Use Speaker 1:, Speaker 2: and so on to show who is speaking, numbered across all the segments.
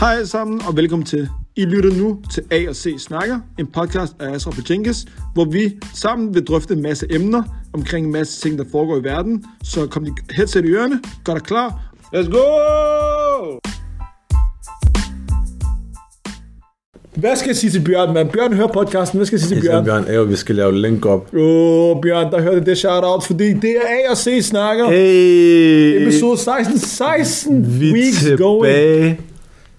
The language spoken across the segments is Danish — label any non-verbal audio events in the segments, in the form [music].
Speaker 1: Hej alle sammen, og velkommen til. I lytter nu til A og C Snakker, en podcast af Asra Pachinkes, hvor vi sammen vil drøfte en masse emner omkring en masse ting, der foregår i verden. Så kom dit headset i ørerne, gør dig klar. Let's go! Hvad skal jeg sige til Bjørn, mand? Bjørn hører podcasten. Hvad skal jeg sige til
Speaker 2: Bjørn.
Speaker 1: Bjørn?
Speaker 2: Bjørn Ager, vi skal lave link op.
Speaker 1: Åh, oh, Bjørn, der hørte det shout-out, fordi det er A og C Snakker.
Speaker 2: Hey!
Speaker 1: Episode 16, 16
Speaker 2: vi
Speaker 1: weeks
Speaker 2: er
Speaker 1: going.
Speaker 2: tilbage.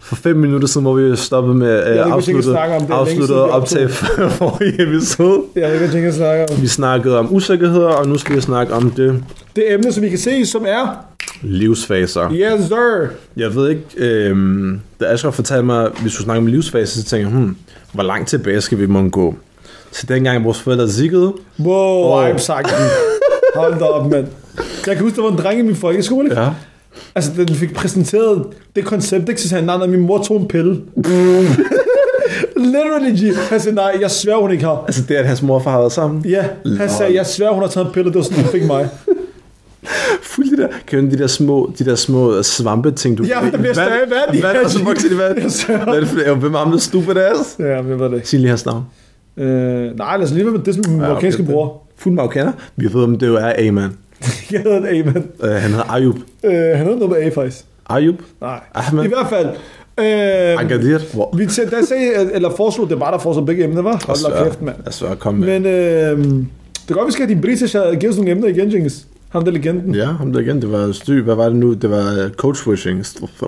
Speaker 2: For fem minutter siden, hvor vi stoppede med at
Speaker 1: ikke,
Speaker 2: uh,
Speaker 1: hvis vi kan
Speaker 2: afslutte,
Speaker 1: snakke om det. Det er længe
Speaker 2: afslutte
Speaker 1: siden,
Speaker 2: og
Speaker 1: vi
Speaker 2: optage for [laughs] forrige episode.
Speaker 1: Jeg ved ikke, hvad jeg tænker at snakke om.
Speaker 2: Vi snakkede om usikkerheder, og nu skal vi snakke om det.
Speaker 1: Det emne, som I kan se, som er...
Speaker 2: Livsfaser.
Speaker 1: Yes, sir!
Speaker 2: Jeg ved ikke, øhm, da Ashraf fortalte mig, at vi skulle snakke om livsfaser, så tænkte jeg, hmm, hvor langt tilbage skal vi måtte gå? Så dengang vores forældre zikkede,
Speaker 1: Wow, oh.
Speaker 2: Wow.
Speaker 1: I'm sagt. Hold da op, mand. Jeg kan huske, der var en dreng i min folkeskole. Ja. Altså, den fik præsenteret det koncept, ikke? Så sagde han, nej, nej, min mor tog en [laughs] pille. Literally, G. Han sagde, nej, jeg svær, hun ikke har.
Speaker 2: altså det, at hans morfar har været sammen.
Speaker 1: Ja, han sagde, jeg svær, hun har taget en pille, det var sådan, hun fik mig.
Speaker 2: Fuld de der, kan du de der små, de der små svampe ting, du
Speaker 1: Ja, der bliver stadig vand i
Speaker 2: i vand,
Speaker 1: her,
Speaker 2: og så
Speaker 1: Gino.
Speaker 2: vokser de vand.
Speaker 1: Jeg sværger.
Speaker 2: Hvad er det for det? Hvem er ham, der stupid ass?
Speaker 1: Ja, men jeg ved det ikke.
Speaker 2: Sig lige hans navn.
Speaker 1: Øh, nej, lad os lige være med det, som min
Speaker 2: Ja,
Speaker 1: ja,
Speaker 2: okay,
Speaker 1: marokkanske
Speaker 2: det-
Speaker 1: bror. [laughs]
Speaker 2: Fuld marokkaner. Vi ved, om det jo er A-man.
Speaker 1: Jeg hedder en A-man.
Speaker 2: Uh, han hedder Ayub.
Speaker 1: Øh, han hedder noget med A, faktisk.
Speaker 2: Ayub?
Speaker 1: Nej,
Speaker 2: Ahmed.
Speaker 1: i hvert fald. Øh,
Speaker 2: Agadir? Hvor?
Speaker 1: vi tæ- der sagde, eller foreslog, det var der foreslog begge emner, var?
Speaker 2: Altså,
Speaker 1: Hold da kæft, mand.
Speaker 2: Jeg svær, kom med.
Speaker 1: Men øh, det er godt, vi skal have din british at give os nogle emner igen, Jenkins. Ham der legenden.
Speaker 2: Ja, ham der igen, det var styr. Hvad var det nu? Det var øh, coach-wishing.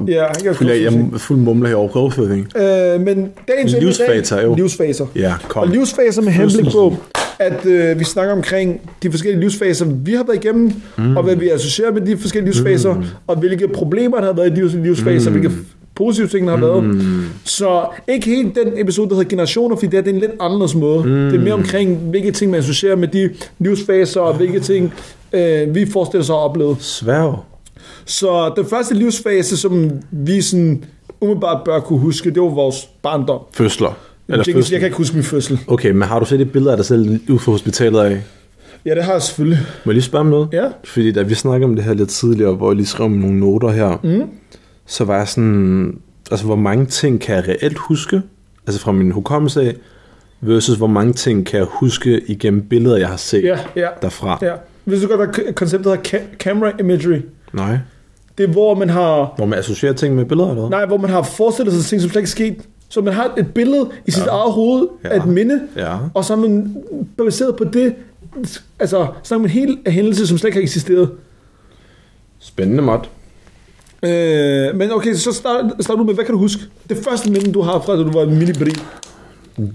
Speaker 1: Ja, han kan
Speaker 2: Fuld, jeg,
Speaker 1: coach-wishing.
Speaker 2: jeg fuld mumler herovre. Coach-wishing.
Speaker 1: Øh, men dagens emne i dag-
Speaker 2: Livsfaser, jo.
Speaker 1: Livsfaser.
Speaker 2: Ja, kom.
Speaker 1: Og livsfaser med henblik på, at øh, vi snakker omkring de forskellige livsfaser, vi har været igennem, mm. og hvad vi associerer med de forskellige livsfaser, mm. og hvilke problemer, der har været i de livsfaser, mm. hvilke positive ting, der har været. Så ikke helt den episode, der hedder Generationer, fordi det er, det er en lidt anderledes måde. Mm. Det er mere omkring, hvilke ting man associerer med de livsfaser, og hvilke ting øh, vi forestiller sig at opleve.
Speaker 2: Sværg.
Speaker 1: Så den første livsfase, som vi sådan umiddelbart bør kunne huske, det var vores barndom.
Speaker 2: Fødsler. Eller
Speaker 1: Jeg, jeg kan
Speaker 2: fødsler.
Speaker 1: ikke huske min fødsel.
Speaker 2: Okay, men har du set et billede af dig selv ude for hospitalet af?
Speaker 1: Ja, det har jeg selvfølgelig.
Speaker 2: Må jeg lige spørge om noget?
Speaker 1: Ja.
Speaker 2: Fordi da vi snakkede om det her lidt tidligere, hvor jeg lige skrev nogle noter her, mm. så var jeg sådan, altså hvor mange ting kan jeg reelt huske, altså fra min hukommelse af, versus hvor mange ting kan jeg huske igennem billeder, jeg har set
Speaker 1: Ja, ja.
Speaker 2: derfra.
Speaker 1: Ja. Hvis du godt, hvad k- konceptet hedder ca- camera imagery.
Speaker 2: Nej.
Speaker 1: Det er, hvor man har,
Speaker 2: Hvor man associerer ting med billeder eller hvad?
Speaker 1: nej, hvor man har forestillet sig ting, som slet ikke er sket. Så man har et billede i sit ja. eget hoved
Speaker 2: Ja.
Speaker 1: af et minde,
Speaker 2: Ja.
Speaker 1: og så er man baseret på det, altså så er man en hel hændelse, som slet ikke har eksisteret.
Speaker 2: Spændende mod.
Speaker 1: Øh, men okay, så start, start du med, hvad kan du huske? Det første minde, du har fra, da du var en mini bri.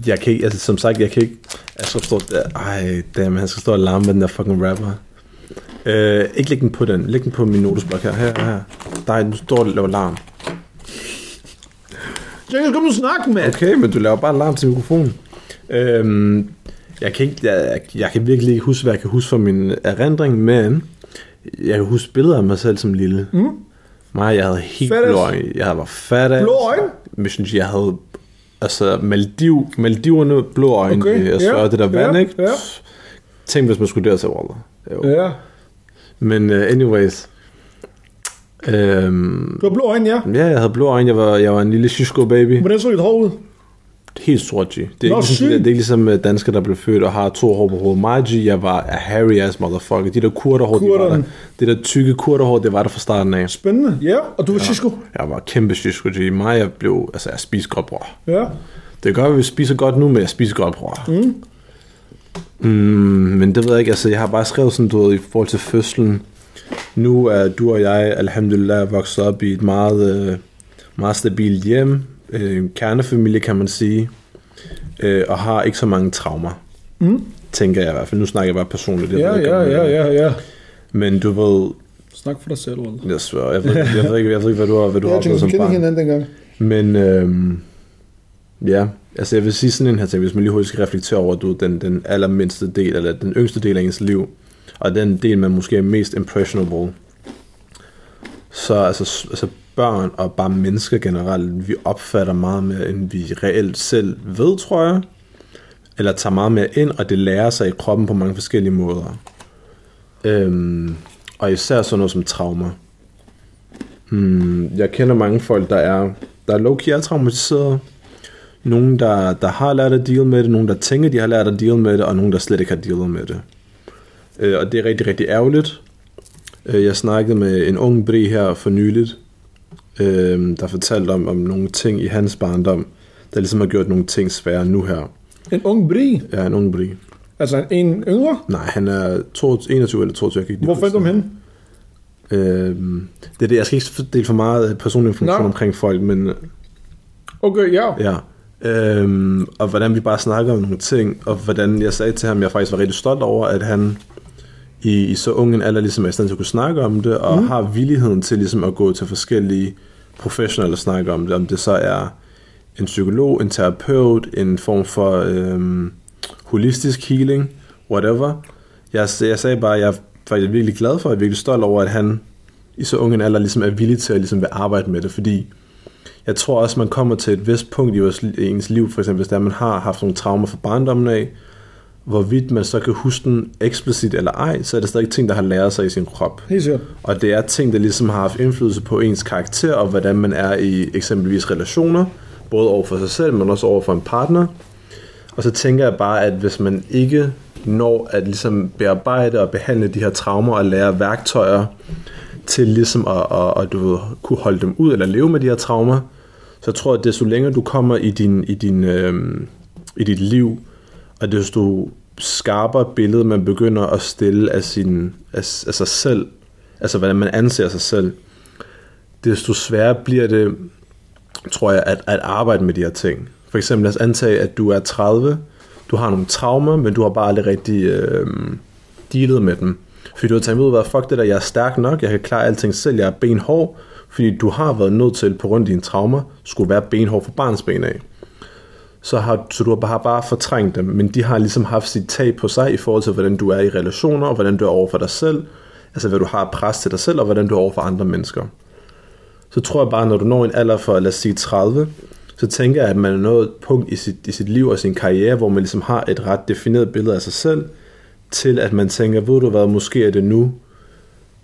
Speaker 2: Jeg kan ikke, altså som sagt, jeg kan ikke, jeg skal stå, ej, damn, han skal stå og larme med den der fucking rapper. Øh, ikke læg den på den, læg den på min notesblok her, her, her. Nej, nu står og laver larm.
Speaker 1: Jenkins, kom nu snak, mand.
Speaker 2: Okay, men du laver bare larm til mikrofonen. Øhm, jeg, kan ikke, jeg, jeg kan virkelig ikke huske, hvad jeg kan huske fra min erindring, men jeg kan huske billeder af mig selv som lille. Mm. Mig, jeg havde helt
Speaker 1: Fat ass.
Speaker 2: blå øjne. Jeg var fat af.
Speaker 1: Blå øjne?
Speaker 2: Jeg synes, jeg havde altså Maldiv, Maldiverne blå øjne.
Speaker 1: Okay,
Speaker 2: Okay.
Speaker 1: ja,
Speaker 2: Jeg svør, det der vand,
Speaker 1: ja,
Speaker 2: ikke?
Speaker 1: ja.
Speaker 2: Tænk, hvis man skulle der til Waller. Jo.
Speaker 1: Ja.
Speaker 2: Men uh, anyways. Øhm,
Speaker 1: Du har blå øjne, ja.
Speaker 2: ja, jeg havde blå øjne. Jeg var, jeg var en lille shishko baby.
Speaker 1: Hvordan så dit hår ud?
Speaker 2: Helt sort, G. Det er, ikke,
Speaker 1: sygt.
Speaker 2: ligesom, det, det er ikke ligesom øh, danskere, der blev født og har to hår på hovedet. Mig, G, jeg var a hairy ass motherfucker. De der kurderhår, de var der.
Speaker 1: Kurderne.
Speaker 2: Det der tykke kurderhår, det var der fra starten af.
Speaker 1: Spændende. Ja, og du var ja. Shishko.
Speaker 2: Jeg var kæmpe shishko, G. Mig, jeg blev, altså jeg spiste godt, bror.
Speaker 1: Ja.
Speaker 2: Det gør, at vi spiser godt nu, men jeg spiser godt, bror. Mm. Mm, men det ved jeg ikke, altså jeg har bare skrevet sådan, du ved, i forhold til fødslen. Nu er du og jeg, alhamdulillah, vokset op i et meget, øh, meget stabilt hjem. Øh, en kernefamilie, kan man sige. Øh, og har ikke så mange traumer. Mm. Tænker jeg i hvert fald. Nu snakker jeg bare personligt. Jeg
Speaker 1: Ja,
Speaker 2: ved ikke,
Speaker 1: ja,
Speaker 2: om, øh,
Speaker 1: ja, ja, ja.
Speaker 2: Men du ved,
Speaker 1: Snak for dig selv, Walter.
Speaker 2: jeg svær, jeg ved, jeg ved, ikke, jeg ved ikke, hvad du har, hvad du har
Speaker 1: Jeg tænkte,
Speaker 2: oplevet som
Speaker 1: vi kendte
Speaker 2: barn.
Speaker 1: hinanden dengang.
Speaker 2: Men øhm, ja, altså jeg vil sige sådan en her ting, hvis man lige hurtigt skal reflektere over, du, ved, den, den allermindste del, eller den yngste del af ens liv, og den del, man måske er mest impressionable, så altså, s- altså børn og bare mennesker generelt, vi opfatter meget mere, end vi reelt selv ved, tror jeg, eller tager meget mere ind, og det lærer sig i kroppen på mange forskellige måder. Øhm, og især sådan noget som traumer. Hmm, jeg kender mange folk, der er, der er low-key er traumatiserede. Nogen, der, der har lært at deal med det, nogen, der tænker, de har lært at deal med det, og nogen, der slet ikke har dealet med det. Øh, og det er rigtig, rigtig ærgerligt. Øh, jeg snakkede med en ung bri her for nyligt, øh, der fortalte om, om nogle ting i hans barndom, der ligesom har gjort nogle ting svære nu her.
Speaker 1: En ung bri?
Speaker 2: Jeg er en ung bri.
Speaker 1: Altså en yngre?
Speaker 2: Nej, han er 22, 21 eller 22, jeg kan ikke
Speaker 1: Hvor fandt du ham henne?
Speaker 2: Øhm, det er det, jeg skal ikke dele for meget personlig information
Speaker 1: Nå.
Speaker 2: omkring folk, men
Speaker 1: Okay, ja.
Speaker 2: ja. Øhm, og hvordan vi bare snakker om nogle ting, og hvordan jeg sagde til ham, jeg faktisk var rigtig stolt over, at han i, i så ung en alder ligesom er i stand til at kunne snakke om det, og mm. har villigheden til ligesom at gå til forskellige professionelle og snakke om det, om det så er en psykolog, en terapeut, en form for øhm, holistisk healing, whatever. Jeg, jeg sagde bare, at jeg er faktisk virkelig glad for, og virkelig stolt over, at han i så ung en alder ligesom er villig til at ligesom vil arbejde med det, fordi jeg tror også, man kommer til et vist punkt i vores, i ens liv, for eksempel hvis det er, man har haft nogle traumer fra barndommen af, hvorvidt man så kan huske den eksplicit eller ej, så er det stadig ting, der har lært sig i sin krop.
Speaker 1: Helt sikkert.
Speaker 2: Og det er ting, der ligesom har haft indflydelse på ens karakter, og hvordan man er i eksempelvis relationer, både over for sig selv, men også over for en partner. Og så tænker jeg bare, at hvis man ikke når at ligesom bearbejde og behandle de her traumer og lære værktøjer til ligesom at, at, at du ved, kunne holde dem ud eller leve med de her traumer, så tror jeg, at desto længere du kommer i, din, i, din, øhm, i dit liv, og desto skarpere billede man begynder at stille af, sin, af, af sig selv, altså hvordan man anser sig selv, desto sværere bliver det, tror jeg, at, at arbejde med de her ting. For eksempel lad os antage, at du er 30, du har nogle traumer, men du har bare aldrig rigtig øh, dealet med dem. Fordi du har tænkt ud, hvad fuck det der, jeg er stærk nok, jeg kan klare alting selv, jeg er benhård, fordi du har været nødt til, på grund af dine traumer, skulle være benhård for barns ben af. Så, har, så du har bare, bare fortrængt dem, men de har ligesom haft sit tag på sig i forhold til, hvordan du er i relationer, og hvordan du er over for dig selv, altså hvad du har af pres til dig selv, og hvordan du er over for andre mennesker så tror jeg bare, når du når en alder for, lad os sige 30, så tænker jeg, at man er nået et punkt i sit, i sit liv og sin karriere, hvor man ligesom har et ret defineret billede af sig selv, til at man tænker, ved du hvad, måske er det nu,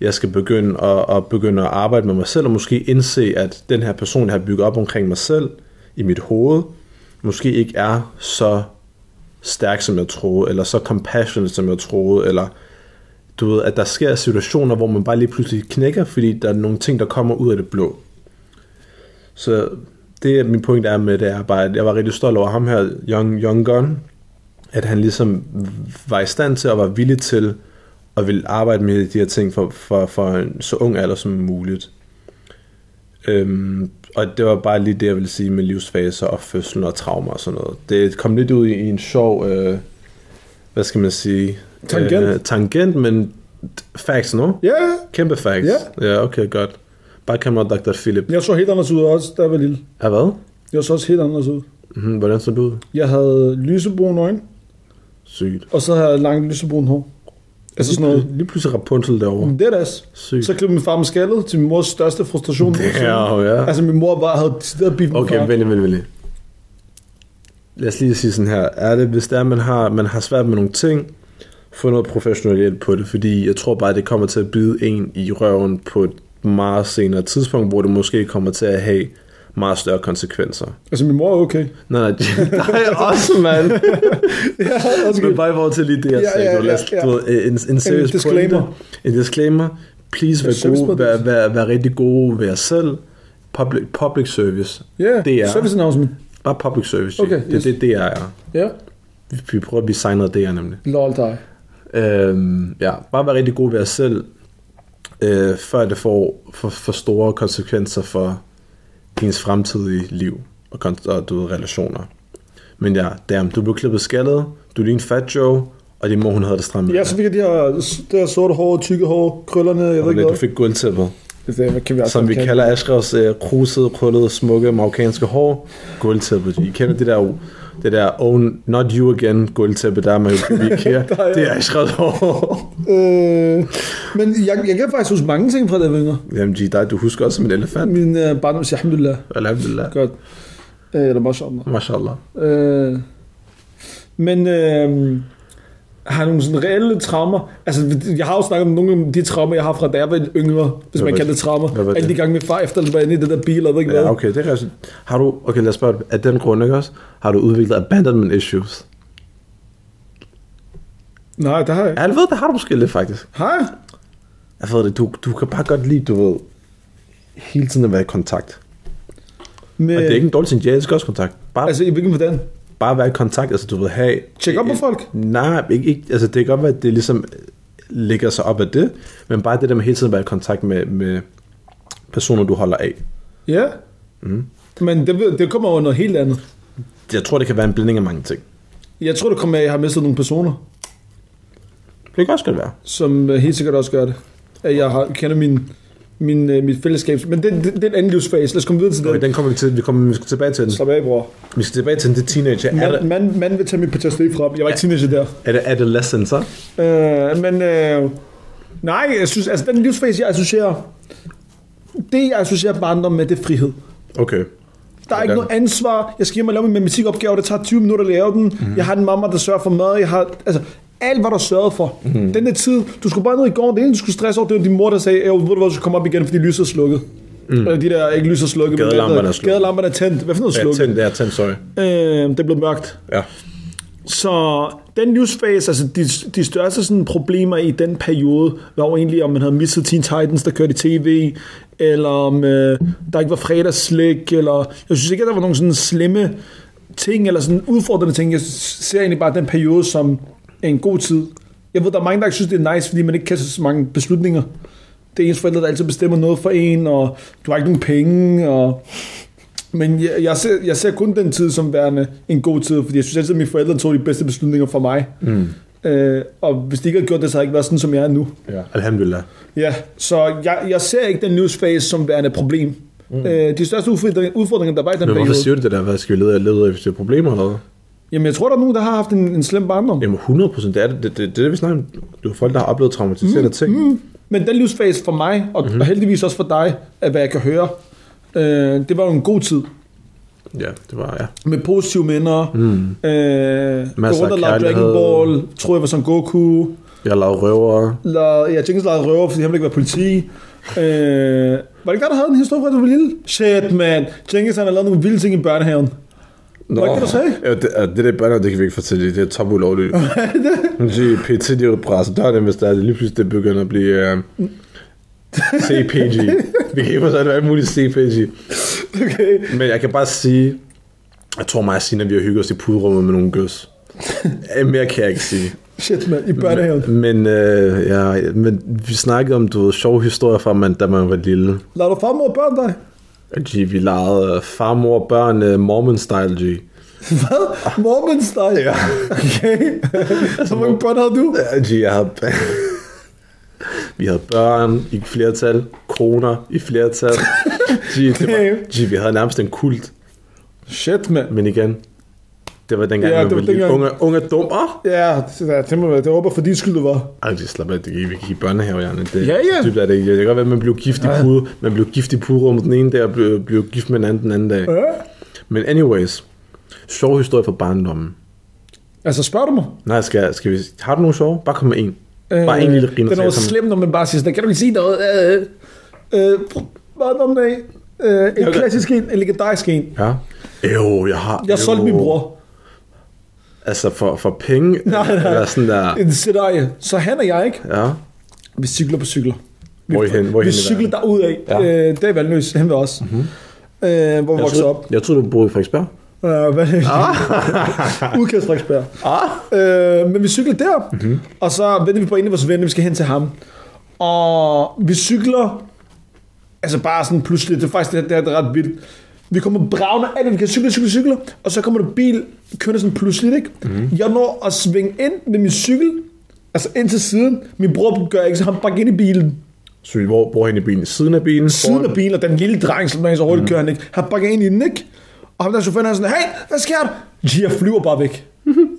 Speaker 2: jeg skal begynde at, at begynde at arbejde med mig selv, og måske indse, at den her person, jeg har bygget op omkring mig selv, i mit hoved, måske ikke er så stærk, som jeg troede, eller så compassionate, som jeg troede, eller du ved, at der sker situationer, hvor man bare lige pludselig knækker, fordi der er nogle ting, der kommer ud af det blå. Så det, min point er med det, er bare, at jeg var rigtig stolt over ham her, Young, young Gun, at han ligesom var i stand til og var villig til at ville arbejde med de her ting for, for, for en så ung alder som muligt. Øhm, og det var bare lige det, jeg ville sige med livsfaser og fødsel og traumer og sådan noget. Det kom lidt ud i, i en sjov, øh, hvad skal man sige?
Speaker 1: Tangent.
Speaker 2: Øh, tangent, men facts, no? Yeah.
Speaker 1: Ja,
Speaker 2: Kæmpe facts.
Speaker 1: Ja.
Speaker 2: Ja, okay, godt. Bare kamera Dr. Philip.
Speaker 1: jeg så helt anders ud også, da jeg var lille.
Speaker 2: Er hvad?
Speaker 1: Jeg så også helt anders ud.
Speaker 2: Mm-hmm, hvordan så du ud?
Speaker 1: Jeg havde lysebrune øjne,
Speaker 2: Sygt.
Speaker 1: og så havde jeg langt lysebrune hår. Altså sådan noget.
Speaker 2: Lige pludselig Rapunzel derovre.
Speaker 1: Det er das.
Speaker 2: Sygt.
Speaker 1: Så klippede min far med skaldet til min mors største frustration.
Speaker 2: Ja, ja.
Speaker 1: Altså min mor bare havde decideret biffen
Speaker 2: Okay, vent lige, vent lige, vent lige. Lad os lige sige sådan her. Er det, hvis det er, man har, man har svært med nogle ting, få noget professionel hjælp på det, fordi jeg tror bare, det kommer til at bide en i røven på et meget senere tidspunkt, hvor det måske kommer til at have meget større konsekvenser.
Speaker 1: Altså min mor er
Speaker 2: [laughs]
Speaker 1: okay.
Speaker 2: Nej, nej, dig også, mand.
Speaker 1: Jeg havde også
Speaker 2: Men
Speaker 1: okay.
Speaker 2: bare i forhold til lige det, jeg
Speaker 1: Ja,
Speaker 2: sagde.
Speaker 1: ja,
Speaker 2: du, lad os-
Speaker 1: ja, ja.
Speaker 2: du ved, en, en seriøs
Speaker 1: disclaimer.
Speaker 2: Pointe, en disclaimer. Please, vær,
Speaker 1: service
Speaker 2: gode,
Speaker 1: producer.
Speaker 2: vær, vær, vær rigtig gode ved jer selv. Public, public service.
Speaker 1: Ja,
Speaker 2: det er.
Speaker 1: service announcement.
Speaker 2: Bare public service. Okay,
Speaker 1: Okay,
Speaker 2: det, yes.
Speaker 1: yes.
Speaker 2: det, det er.
Speaker 1: Ja.
Speaker 2: Vi, vi prøver at blive signet DR nemlig.
Speaker 1: Lol dig.
Speaker 2: Øhm, ja, bare være rigtig god ved jer selv, øh, før det får for, for store konsekvenser for ens fremtidige liv og, kon- og du ved, relationer. Men ja, damn, du blev klippet skaldet, du er lige en fat Joe, og din mor, hun havde det stramme.
Speaker 1: Ja, så fik jeg de her, det her sorte hår, tykke hår, krøllerne, jeg ved
Speaker 2: Og
Speaker 1: ikke
Speaker 2: lidt, du
Speaker 1: hvad.
Speaker 2: fik guldtæppet,
Speaker 1: Det kan vi altså
Speaker 2: som vi
Speaker 1: kan.
Speaker 2: kalder Ashrafs øh, krusede, krøllede, smukke, marokkanske hår. Guldtæppet, I kender det der, det der oh, not you again guldtæppe, der er man jo i IKEA.
Speaker 1: Der er-
Speaker 2: det er Ashrafs hår.
Speaker 1: [laughs] Øh, men jeg, jeg kan faktisk huske mange ting fra det, venner.
Speaker 2: Jamen, G, dig, du husker også som en elefant.
Speaker 1: Min øh, barndom siger, alhamdulillah,
Speaker 2: Alhamdulillah.
Speaker 1: godt. Øh, eller mashallah.
Speaker 2: Mashallah.
Speaker 1: Øh, men øh, har nogle sådan reelle traumer. Altså, jeg har jo snakket om nogle af de traumer, jeg har fra da jeg var yngre, hvis
Speaker 2: Hvad
Speaker 1: man
Speaker 2: var
Speaker 1: kan
Speaker 2: det?
Speaker 1: det traumer.
Speaker 2: Hvad var det?
Speaker 1: Alle de gange, min far efter var inde i det der bil, og ved ikke hvad.
Speaker 2: Ja, okay, det er rigtigt. Har du, okay, lad os spørge, af den grund, ikke også, har du udviklet abandonment issues?
Speaker 1: Nej, det har jeg ikke.
Speaker 2: Ja, jeg ved, det har du måske lidt, faktisk.
Speaker 1: Har jeg?
Speaker 2: Jeg ved det, du, du kan bare godt lide, du ved, hele tiden at være i kontakt.
Speaker 1: Med,
Speaker 2: Og det er ikke en dårlig ting, jeg elsker også kontakt. Bare, altså,
Speaker 1: Altså, i hvilken forstand?
Speaker 2: bare være i kontakt, altså du vil have...
Speaker 1: Tjek op på
Speaker 2: Øh,
Speaker 1: folk?
Speaker 2: Nej, ikke, ikke, altså det kan godt være, at det ligesom ligger sig op af det, men bare det der med hele tiden at være i kontakt med, med personer, du holder af.
Speaker 1: Ja. Mm. Men det, ved- det kommer under noget helt andet.
Speaker 2: Jeg tror, det kan være en blanding af mange ting.
Speaker 1: Jeg tror, det kommer af, at jeg har mistet nogle personer,
Speaker 2: Det kan også godt være.
Speaker 1: som øh, helt sikkert også gør det. At jeg har, kender min, min, øh, mit fællesskab. Men det, det, det er en anden livsfase. Lad os komme videre til
Speaker 2: Okay,
Speaker 1: det.
Speaker 2: den kommer vi til, vi kommer vi skal tilbage til den.
Speaker 1: Slap af, bror.
Speaker 2: Vi skal tilbage til den, det teenager. Er
Speaker 1: Man,
Speaker 2: det,
Speaker 1: man, man vil tage mit PTSD fra mig. Jeg var ikke teenager der.
Speaker 2: er det adolescencer?
Speaker 1: Øh, men øh, nej, jeg synes, altså den livsfase, jeg associerer, det jeg associerer barndom med, det er frihed.
Speaker 2: Okay.
Speaker 1: Der er ikke
Speaker 2: Okay.
Speaker 1: noget ansvar. Jeg skal hjem og lave min matematikopgave, det tager 20 minutter at lave den.
Speaker 2: Mhm.
Speaker 1: Mm-hmm. Jeg har en mamma, der sørger for mad. Jeg har, altså, alt, hvad der sørgede for.
Speaker 2: Mhm.
Speaker 1: Mm-hmm. Den der tid, du skulle bare ned i går, det eneste, du skulle stresse over, det var din mor, der sagde, jeg ved du hvad, du skal komme op igen, fordi lyset er slukket. Mm. Eller de der, ikke lyset er slukket, men
Speaker 2: Gadelamperne
Speaker 1: hvad hedder-
Speaker 2: er slukket.
Speaker 1: Gadelamperne er tændt. Hvad for noget er
Speaker 2: Ja,
Speaker 1: slukket?
Speaker 2: tænd, ja, tænd, sorry.
Speaker 1: øh, det er blevet mørkt.
Speaker 2: Ja.
Speaker 1: Så den newsfase, altså de, de største sådan, problemer i den periode, var jo egentlig, om man havde misset Teen Titans, der kørte i tv, eller om øh, der ikke var fredagsslik, eller jeg synes ikke, at der var nogen sådan slemme ting, eller sådan udfordrende ting. Jeg ser egentlig bare den periode som en god tid. Jeg ved, der er mange, der ikke synes, det er nice, fordi man ikke kan tage så mange beslutninger. Det er ens forældre, der altid bestemmer noget for en, og du har ikke nogen penge, og men jeg, jeg, ser, jeg ser kun den tid som værende en god tid, fordi jeg synes altid, at mine forældre tog de bedste beslutninger for mig. Mm. Øh, og hvis de ikke havde gjort det, så havde jeg ikke været sådan, som jeg er nu.
Speaker 2: ja. Alhamdulillah.
Speaker 1: Ja, så jeg, jeg ser ikke den livsfase som værende et problem. Mm. Øh, de største udfordringer, udfordringer, der var i den
Speaker 2: Men hvorfor
Speaker 1: periode.
Speaker 2: siger du det der? Hvad skal vi lede af? Lede af, hvis det er problemer eller hvad?
Speaker 1: Jamen, jeg tror, der er nogen, der har haft en, en slem barndom.
Speaker 2: Jamen 100 procent. Det er det, det, det, det, er det, vi snakker om. Det er folk, der har oplevet traumatiserende ting.
Speaker 1: Mm. Men den livsfase for mig, og,
Speaker 2: Mhm.
Speaker 1: mm. og heldigvis også for dig, at hvad jeg kan høre, øh, det var jo en god tid.
Speaker 2: Ja, det var, ja.
Speaker 1: med positive minder. Mm. Øh, gå
Speaker 2: Masser
Speaker 1: rundt og
Speaker 2: af
Speaker 1: lave Dragon
Speaker 2: kærlighed.
Speaker 1: Ball. Tror jeg var som Goku.
Speaker 2: Jeg lavede røver.
Speaker 1: Lad, ja, Jenkins lavede røver, fordi han ville ikke være politi. Øh, var det ikke der, der havde en historie, fra, da du var lille? Shit, man. Jenkins han har lavet nogle vilde ting i børnehaven. [laughs]
Speaker 2: Nå,
Speaker 1: Hvad kan du sige?
Speaker 2: Ja, det, og det der børn, det kan vi ikke fortælle. Det er
Speaker 1: [laughs]
Speaker 2: top ulovligt. Hvad er det? PT, de er jo presset døren, hvis der er det. Lige pludselig det begynder at blive... Øh,
Speaker 1: [laughs]
Speaker 2: CPG. vi kan ikke forstå, det er muligt CPG.
Speaker 1: Okay.
Speaker 2: Men jeg kan bare sige... Jeg tror mig og Sina, vi har hygget os i puderummet med nogle
Speaker 1: [laughs]
Speaker 2: gøs. Øh, Mere kan jeg ikke sige.
Speaker 1: Shit, man. I børnehaven.
Speaker 2: Men, øh, ja, men vi snakkede om, du ved, sjove historier fra, man, da man var lille.
Speaker 1: Lad du farmor og børn dig? [laughs]
Speaker 2: G, vi legede øh, farmor og børn øh, Mormon-style, G.
Speaker 1: Hvad? Mormon style?
Speaker 2: Ja.
Speaker 1: Okay. [laughs] Så mange børn havde du?
Speaker 2: Ja, G, jeg havde... [laughs] vi havde børn i flertal, koner i flertal. G, det var,
Speaker 1: Damn.
Speaker 2: G, vi havde nærmest en kult,
Speaker 1: Shit, man.
Speaker 2: men igen, det var dengang,
Speaker 1: Ja,
Speaker 2: ja,
Speaker 1: det
Speaker 2: man
Speaker 1: var
Speaker 2: var lille.
Speaker 1: dengang.
Speaker 2: Unge, unge er dumme. Åh!
Speaker 1: Ja, det, det, det, må være- det håber for din skyld, det var.
Speaker 2: Ej, det slap af, det gik, vi gik i børnehave, Janne. Det,
Speaker 1: Ja, ja.
Speaker 2: så Dybt er det ikke. Det kan godt være, at man blev gift i pude, man blev gift i puderummet den ene dag, og blev, blev gift med en anden den anden dag.
Speaker 1: Ja.
Speaker 2: Men anyways, sjov historie fra barndommen.
Speaker 1: Altså, spørg du mig?
Speaker 2: Nej, skal, skal vi... Har du nogen sjove? Bare kom med en. Bare en lille griner.
Speaker 1: Øh, Den er jo slem, når man bare siger sådan, kan du ikke sige noget? Øh, øh, hvad om dag? Øh, en
Speaker 2: Okay.
Speaker 1: klassisk en, en legendarisk en.
Speaker 2: Ja. Jo, jeg har...
Speaker 1: Jeg solgte
Speaker 2: jo.
Speaker 1: min bror
Speaker 2: Altså for, for penge?
Speaker 1: [laughs] Nej, nej.
Speaker 2: Eller sådan der...
Speaker 1: en scenarie. Så han og jeg, ikke?
Speaker 2: Ja.
Speaker 1: Vi cykler på cykler. Vi,
Speaker 2: Hvor er I hen? Hvor er I
Speaker 1: vi
Speaker 2: hen i
Speaker 1: cykler derudad. Ja.
Speaker 2: Ja. Mhm.
Speaker 1: Øh, der er Valnøs, han ved os. Mm-hmm. Øh, hvor vi
Speaker 2: Jeg
Speaker 1: voksede op.
Speaker 2: troede, jeg troede, du boede i Frederiksberg.
Speaker 1: Øh, hvad ah. [laughs] Udkast Frederiksberg. Ah. Øh, men vi cykler der, mm-hmm. og så venter vi på en af vores venner, vi skal hen til ham. Og vi cykler, altså bare sådan pludselig, det er faktisk det, her- det, her, det er ret vildt. Vi kommer bravende af det, vi kan cykle, cykle, cykle, og så kommer der bil, kører sådan pludseligt, ikke? Mm-hmm. Jeg når at svinge ind med min cykel, altså ind til siden. Min bror gør ikke, så han bakker ind i bilen
Speaker 2: Så vi hvor, hvor hen i bilen? Siden af bilen?
Speaker 1: siden af bilen, og den lille dreng, som er så hurtigt kører han ikke, han bakker ind i den, ikke? Og ham der chaufføren, han er sådan, hey, hvad sker der? Gee, jeg flyver bare væk.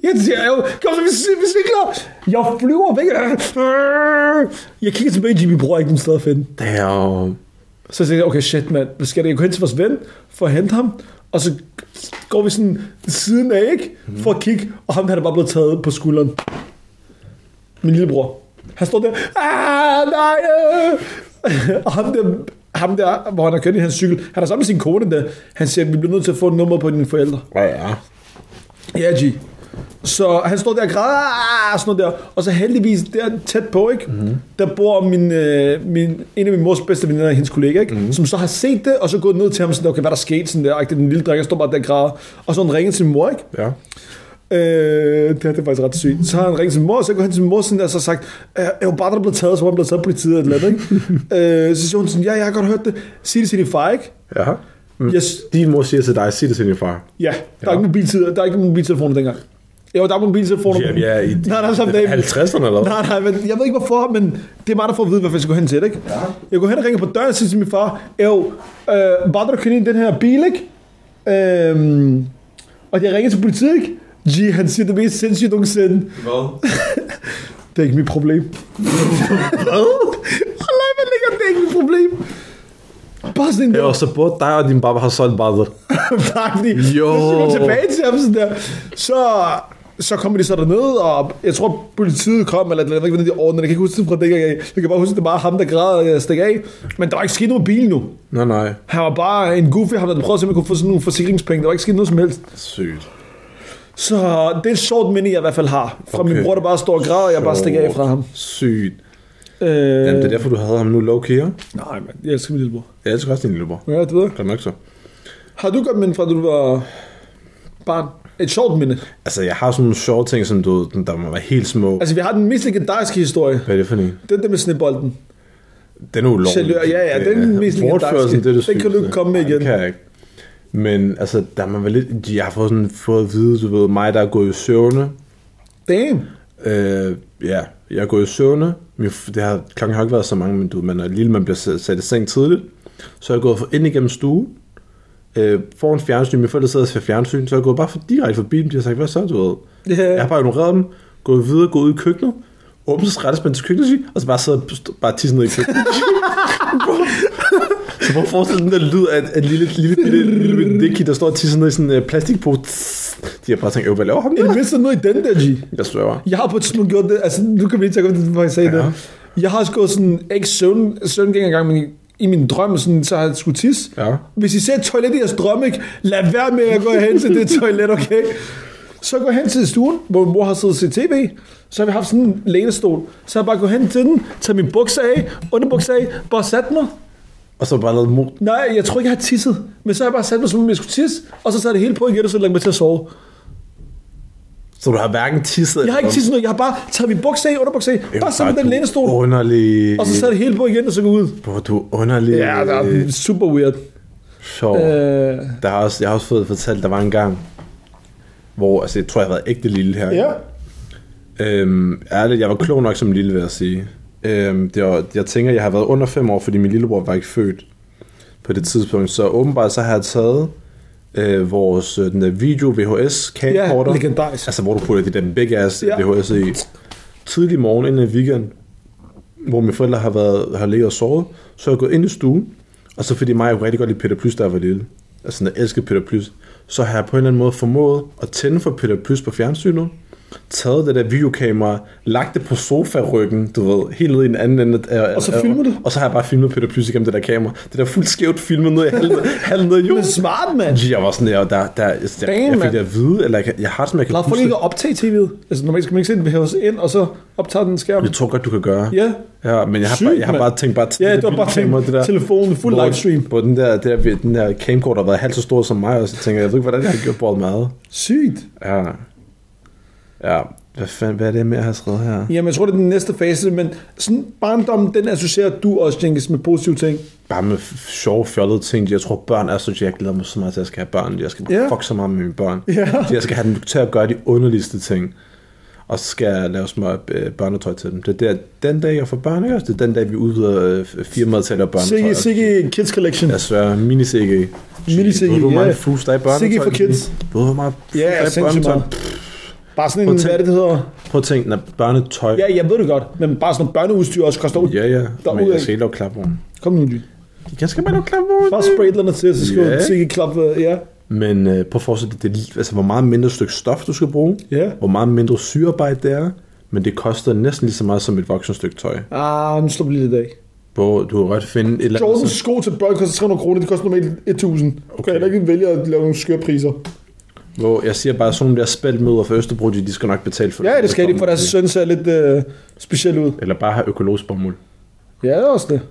Speaker 1: Jeg siger, jo, kom så, vi, cy- vi cykler. Jeg flyver væk. Jeg kigger tilbage, Jimmy bror er ikke nogen sted at finde.
Speaker 2: Damn.
Speaker 1: Så siger jeg, okay, shit, mand, hvad sker der? Jeg går hen til vores ven for at hente ham, og så går vi sådan siden af, ikke? For at kigge, og ham der er bare blevet taget på skulderen. min lillebror. Han står der, ah, nej, øh. [laughs] og ham der, ham der, hvor han har kørt i hans cykel, han er sammen med sin kone der, han siger, vi bliver nødt til at få et nummer på dine forældre.
Speaker 2: Ja, ja.
Speaker 1: Ja, G. Så han står der og græder, "Ah!" sådan noget der. Og så heldigvis der tæt på, ikke?
Speaker 2: Mhm.
Speaker 1: Mm-hmm. der bor min, øh, min, en af min mors bedste veninder, hendes kollega, ikke?
Speaker 2: Mhm.
Speaker 1: Mm-hmm. som så har set det, og så gået ned til ham sådan, der, okay, hvad er der skete? Sådan der, og den lille dreng, jeg står bare der og græder. Og så har han ringet til min mor, ikke?
Speaker 2: ja.
Speaker 1: Øh, det, her, det er faktisk ret sygt. Så har han ringet til min mor, og så går han til min mor sådan der, og så har sagt, "Øh, er jo bare der er blevet taget, så var han blevet taget af politiet eller et eller andet,
Speaker 2: [laughs]
Speaker 1: ikke? øh, så siger hun sådan, ja, jeg har godt hørt det. Sig det til din far, ikke?
Speaker 2: ja. Mm.
Speaker 1: Jeg,
Speaker 2: Din mor siger til dig, sig det til din far.
Speaker 1: Ja, der ja.
Speaker 2: Ja.
Speaker 1: er ikke mobiltider, der er ikke mobiltelefoner dengang. Jo, der er mobiltelefoner.
Speaker 2: Ja, vi er i
Speaker 1: nej, nej, samme dag.
Speaker 2: 50'erne eller hvad?
Speaker 1: Nej, nej, men jeg ved ikke hvorfor, men det er mig, der får at vide, hvad jeg skal gå hen til, ikke? Ja. Jeg går hen og ringer på døren og siger til min far, jo, øh, var der kan ind i den her bil, ikke? Øhm, og jeg ringer til politiet, ikke? G, han siger det mest sindssygt nogensinde.
Speaker 3: Hvad?
Speaker 1: Det er ikke mit problem. Hvad? Hold hvad ligger, det er ikke mit problem. Bare sådan en
Speaker 2: Ja, og så både dig og din baba har solgt bare
Speaker 1: Nej, fordi
Speaker 2: Jo.
Speaker 1: hvis vi går tilbage til ham sådan der, så, så kommer de så derned, og jeg tror, politiet kom, eller jeg ved ikke, hvordan de ordnede, det. jeg kan ikke huske det fra dengang af. Jeg kan bare huske, det var ham, der græd og jeg stik af. Men der var ikke sket noget med bilen nu.
Speaker 2: Nej, nej.
Speaker 1: Han var bare en goofy, han havde prøvet at se, om han kunne få sådan nogle forsikringspenge. Der var ikke sket noget som helst.
Speaker 2: Sygt.
Speaker 1: Så det er et sjovt minde, jeg i hvert fald har. Fra okay. min
Speaker 2: Okay.
Speaker 1: bror, der bare står og græder, og jeg bare stikker af fra ham.
Speaker 2: Sygt.
Speaker 1: Øh,
Speaker 2: Jamen, det er derfor, du havde ham nu low key, ikke?
Speaker 1: Nej, man, jeg elsker min lillebror.
Speaker 2: Jeg elsker også din lillebror.
Speaker 1: Ja, det ved jeg.
Speaker 2: Kan du mærke så?
Speaker 1: Har du godt minde fra, da du var barn? Et sjovt minde.
Speaker 2: Altså, jeg har sådan nogle sjove ting, som du ved, den- der må være helt små.
Speaker 1: Altså, vi har den mest legendariske historie.
Speaker 2: Hvad er det for en?
Speaker 1: Den der med snebolden.
Speaker 2: Den er ulovlig. Øh,
Speaker 1: Chaleur, ja, ja, den er mest legendariske.
Speaker 2: Bortførelsen, det er det
Speaker 1: Den kan du ikke
Speaker 2: sygeste.
Speaker 1: komme med
Speaker 2: Nej,
Speaker 1: igen.
Speaker 2: Det kan jeg ikke. Men altså, der man vel lidt... Jeg har fået, sådan, fået at vide, du ved, mig, der er gået i søvne.
Speaker 1: Damn.
Speaker 2: Øh, ja, jeg er gået i søvne. Min, f- det har, klokken har ikke været så mange, men du, ved, man er lille, man bliver sat sat i seng tidligt. Så er jeg gået for- ind igennem stuen, øh, foran fjernsyn. Min forældre sidder og ser fjernsyn, så er jeg gået bare for, direkte forbi dem. De har sagt, hvad så, du ved?
Speaker 1: Ja.
Speaker 2: Jeg har bare ignoreret dem, gået videre, gået ud i køkkenet, åbnet skraldespanden til køkkenet, og så bare sidder og st- bare tisse ned i køkkenet. [laughs] så prøv at forestille dig den der lyd af en- en lille, lille, lille, lille, lille Nicky, der står og tisser ned i sådan en øh, plastikpose. De har bare tænkt, "Øh, hvad laver ham
Speaker 1: Er det
Speaker 2: der?
Speaker 1: mindst noget i den der, G?
Speaker 2: Jeg sværger.
Speaker 1: Jeg har på et tidspunkt gjort det, altså nu kan vi lige tænke om det, hvor jeg sagde ja.
Speaker 2: Ja.
Speaker 1: det. Jeg har også gået sådan, ikke søvn, søvngængergang, men i, i min drøm, sådan, så har jeg skulle tisse.
Speaker 2: Ja.
Speaker 1: Hvis I ser et toilet i jeres drøm, ikke? lad være med at gå hen til det toilet, okay? Så går jeg hen til stuen, hvor min mor har siddet og set tv. Så har vi haft sådan en lænestol. Så har jeg bare gået hen til den, taget min bukser af, underbukser af, bare sat mig.
Speaker 2: Og så bare lavet mod.
Speaker 1: Nej, jeg tror ikke, jeg har tisset. Men så har jeg bare sat mig, som om jeg skulle tisse, og så sad det hele på igen, og så lagde jeg mig til at sove.
Speaker 2: Så du har hverken tisset
Speaker 1: Jeg har ikke tisset noget, jeg har bare taget min bukser af, underbukser af, bare sat mig i den lænestol,
Speaker 2: Underlig.
Speaker 1: og så sad det hele på igen, og så går jeg ud.
Speaker 2: Bro, du er underlig. øh,
Speaker 1: Ja, det er super weird.
Speaker 2: Sjov.
Speaker 1: Øh,
Speaker 2: Der har også, jeg har også fået fortalt, der var en gang, hvor, altså jeg tror, jeg har været ægte lille her.
Speaker 1: ja.
Speaker 2: Øhm, ærligt, jeg var klog nok som lille, vil jeg sige. Øhm, det var, jeg tænker, jeg har været under 5 år, fordi min lillebror var ikke født på det tidspunkt. Så åbenbart så har jeg taget øh, vores øh, den der video VHS camcorder.
Speaker 1: Ja, legendarisk.
Speaker 2: Altså, hvor du putter de der big ass
Speaker 1: Ja.
Speaker 2: ja. VHS i. Tidlig morgen inden i weekend, hvor mine forældre har, været, har ligget og sovet, så er jeg gået ind i stuen, og så fordi mig, jeg kunne rigtig godt lide Peter Plys, da jeg var lille, altså jeg elskede Peter Plys, så har jeg på en eller anden måde formået at tænde for Peter Plys på fjernsynet, taget det der videokamera, lagt det på sofaryggen, du ved, helt ned i den anden ende. Af,
Speaker 1: Og så
Speaker 2: af-
Speaker 1: filmer du?
Speaker 2: Og så har jeg bare filmet Peter Plys igennem det der kamera. Det der fuldt skævt filmet ned i halv,
Speaker 1: [laughs]
Speaker 2: halv ned i
Speaker 1: Men
Speaker 2: jorden.
Speaker 1: smart, mand.
Speaker 2: Jeg var sådan der, og der, der, jeg, jeg,
Speaker 1: Damn,
Speaker 2: jeg fik
Speaker 1: mand.
Speaker 2: det at vide, eller jeg, kan- jeg har det, som jeg kan
Speaker 1: Lad folk
Speaker 2: huske
Speaker 1: ikke
Speaker 2: det.
Speaker 1: at optage tv'et. Altså normalt skal man ikke se den os ind, og så optager den skærm.
Speaker 2: Jeg tror godt, du kan gøre.
Speaker 1: Ja.
Speaker 2: Ja, men jeg har,
Speaker 1: Sygt,
Speaker 2: bare, jeg har
Speaker 1: mand.
Speaker 2: bare tænkt bare...
Speaker 1: Ja, du har bare tænkt
Speaker 2: videokamera,
Speaker 1: telefonen, fuld
Speaker 2: hvor-
Speaker 1: livestream.
Speaker 2: Hvor den der, der, den der camcorder har været halvt så stor som mig, og så tænker jeg, jeg ved ikke, hvordan jeg har gjort båret meget.
Speaker 1: Sygt.
Speaker 2: Ja. Ja, hvad, fanden, hvad er det med at have skrevet her?
Speaker 1: Jamen, jeg tror, det er den næste fase, men sådan barndommen, den associerer du også, Jenkins, med positive ting.
Speaker 2: Bare med f- sjove, fjollede ting. Jeg tror, børn er så... Jeg glæder mig så meget til, at jeg skal have børn. Jeg skal
Speaker 1: Ja.
Speaker 2: yeah. fuck så meget med mine børn.
Speaker 1: Ja.
Speaker 2: Jeg skal have dem til at gøre de underligste ting. Og så skal jeg lave små øh, børnetøj til dem. Det er der, den dag, jeg får børn, ikke? også? Det er den dag, vi udvider øh, firmaet til at lave børnetøj.
Speaker 1: Sikke, sikke Kids Collection.
Speaker 2: Jeg sværger, mini-CG.
Speaker 1: Mini-CG,
Speaker 2: Ved du, hvor
Speaker 1: ja.
Speaker 2: meget fus der er i børnetøj?
Speaker 1: CG for kids.
Speaker 2: Ved du, hvor meget fus
Speaker 1: Ja,
Speaker 2: der er i
Speaker 1: sindssygt
Speaker 2: børnetøj?
Speaker 1: meget. Bare sådan en,
Speaker 2: Prøv at
Speaker 1: hvad
Speaker 2: tænk-
Speaker 1: er det, det hedder?
Speaker 2: Prøv at tænke, når børnetøj...
Speaker 1: Ja, jeg ved det godt, men bare sådan noget børneudstyr også koster ud.
Speaker 2: ja, ja.
Speaker 1: Derudad.
Speaker 2: Men jeg skal ikke lave klapvogn.
Speaker 1: Kom nu, Jyn.
Speaker 2: Jeg skal bare lave klapvogn.
Speaker 1: Bare spray et eller andet til, så skal
Speaker 2: Ja.
Speaker 1: du sikkert klappe, øh, ja.
Speaker 2: Men øh, prøv at forestille dig, det, er lige- altså, hvor meget mindre stykke stof, du skal bruge.
Speaker 1: Ja.
Speaker 2: Hvor meget mindre syrearbejde det er. men det koster næsten lige så meget som et voksenstykke tøj.
Speaker 1: Ah, nu slår vi lidt i dag.
Speaker 2: Hvor du har ret finde et eller andet...
Speaker 1: Jordans
Speaker 2: sådan-
Speaker 1: sko til børn koster 300 kroner, det koster normalt 1000. Okay.
Speaker 2: Okay.
Speaker 1: Jeg kan ikke vælge at lave nogle skøre priser.
Speaker 2: Hvor jeg siger bare, sådan nogle der spaltmøder fra Østerbro, de, de skal nok betale for
Speaker 1: Ja, det skal de, for deres søn ser lidt øh, speciel ud.
Speaker 2: Eller bare have økologisk bomuld.
Speaker 1: Ja, det er også det.